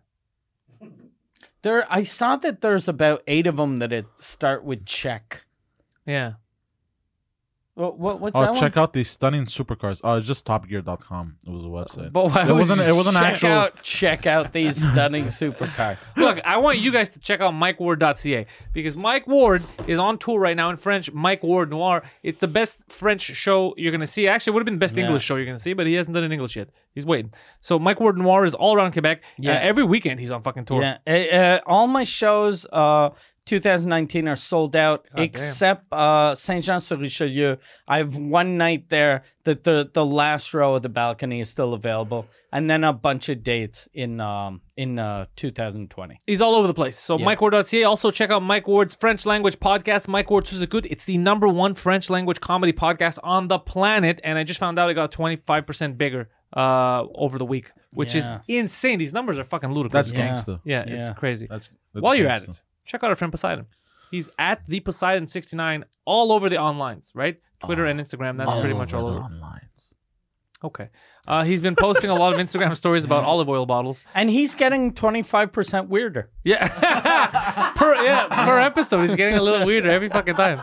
S2: There, I saw that there's about eight of them that it start with check.
S1: Yeah.
S2: What, what what's that
S3: Oh,
S2: one?
S3: check out these stunning supercars. Oh, it's just topgear.com. It was a website.
S1: But why
S3: it
S1: would
S3: wasn't.
S1: you
S3: It wasn't
S2: check
S3: actual.
S2: out check out these stunning supercars.
S1: Look, I want you guys to check out MikeWard.ca because Mike Ward is on tour right now in French. Mike Ward Noir. It's the best French show you're gonna see. Actually, it would have been the best English show you're gonna see, but he hasn't done an English yet. He's waiting. So Mike Ward Noir is all around Quebec. Yeah.
S2: Yeah.
S1: every weekend he's on fucking tour.
S2: Yeah, uh, uh, all my shows, uh, 2019 are sold out except uh, Saint Jean sur Richelieu. I have one night there that the the last row of the balcony is still available, and then a bunch of dates in um in uh 2020.
S1: He's all over the place. So MikeWard.ca. Also check out Mike Ward's French language podcast, Mike Ward Susa Good. It's the number one French language comedy podcast on the planet, and I just found out it got 25 percent bigger uh over the week, which
S2: Yeah.
S1: is insane. These numbers are fucking ludicrous.
S3: That's
S2: Yeah.
S3: gangster.
S1: Yeah,
S2: Yeah.
S1: it's crazy.
S3: That's, that's
S1: While you're at
S3: gangsta.
S1: it, check out our friend Poseidon. He's at the Poseidon 69 all over the onlines, right? Twitter and Instagram. That's pretty much all over.
S3: Oh, the onlines.
S1: Okay. Uh, he's been posting a lot of Instagram stories about olive oil bottles.
S2: And he's getting 25 percent weirder.
S1: Yeah. per, yeah. Per episode, he's getting a little weirder every fucking time.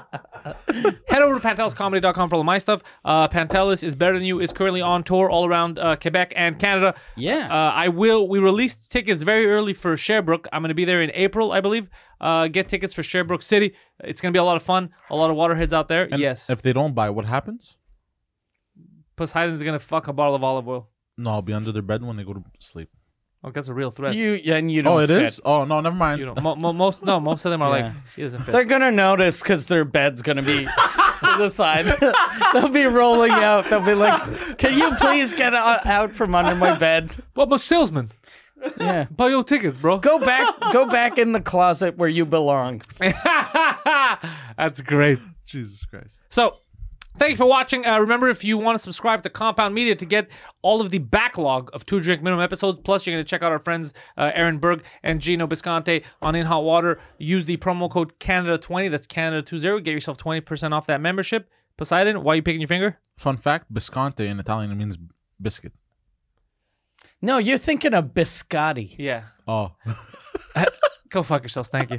S1: Head over to pantelscomedy.com for all of my stuff. Uh, Pantelis is better than you is currently on tour all around uh, Quebec and Canada.
S2: Yeah.
S1: Uh, I will. We released tickets very early for Sherbrooke. I'm going to be there in April, I believe. Uh, get tickets for Sherbrooke City. It's going to be a lot of fun. A lot of waterheads out there.
S3: And
S1: yes.
S3: If they don't buy, what happens?
S1: Poseidon's going to fuck a bottle of olive oil.
S3: No, I'll be under their bed when they go to sleep.
S1: Like that's a real threat. You,
S2: You and you don't.
S3: Oh, it
S2: fit.
S3: is. Oh no, never mind.
S1: know, mo- mo- most no, most of them are like
S2: Yeah.
S1: he doesn't fit.
S2: They're gonna notice because their bed's gonna be to the side. They'll be rolling out. They'll be like, "Can you please get o- out from under my bed?"
S1: What about salesman?
S2: Yeah.
S1: Buy your tickets, bro.
S2: Go back. Go back in the closet where you belong.
S1: That's great.
S3: Jesus Christ.
S1: So, thank you for watching. Uh, remember, if you want to subscribe to Compound Media to get all of the backlog of Two Drink Minimum episodes, plus you're going to check out our friends uh, Aaron Berg and Gino Bisconte on In Hot Water. Use the promo code Canada20. That's Canada20. Get yourself 20% off that membership. Poseidon, why are you picking your finger?
S3: Fun fact: Bisconte in Italian means biscuit.
S2: No, you're thinking of biscotti.
S1: Yeah.
S3: Oh.
S1: Go fuck yourselves. Thank you.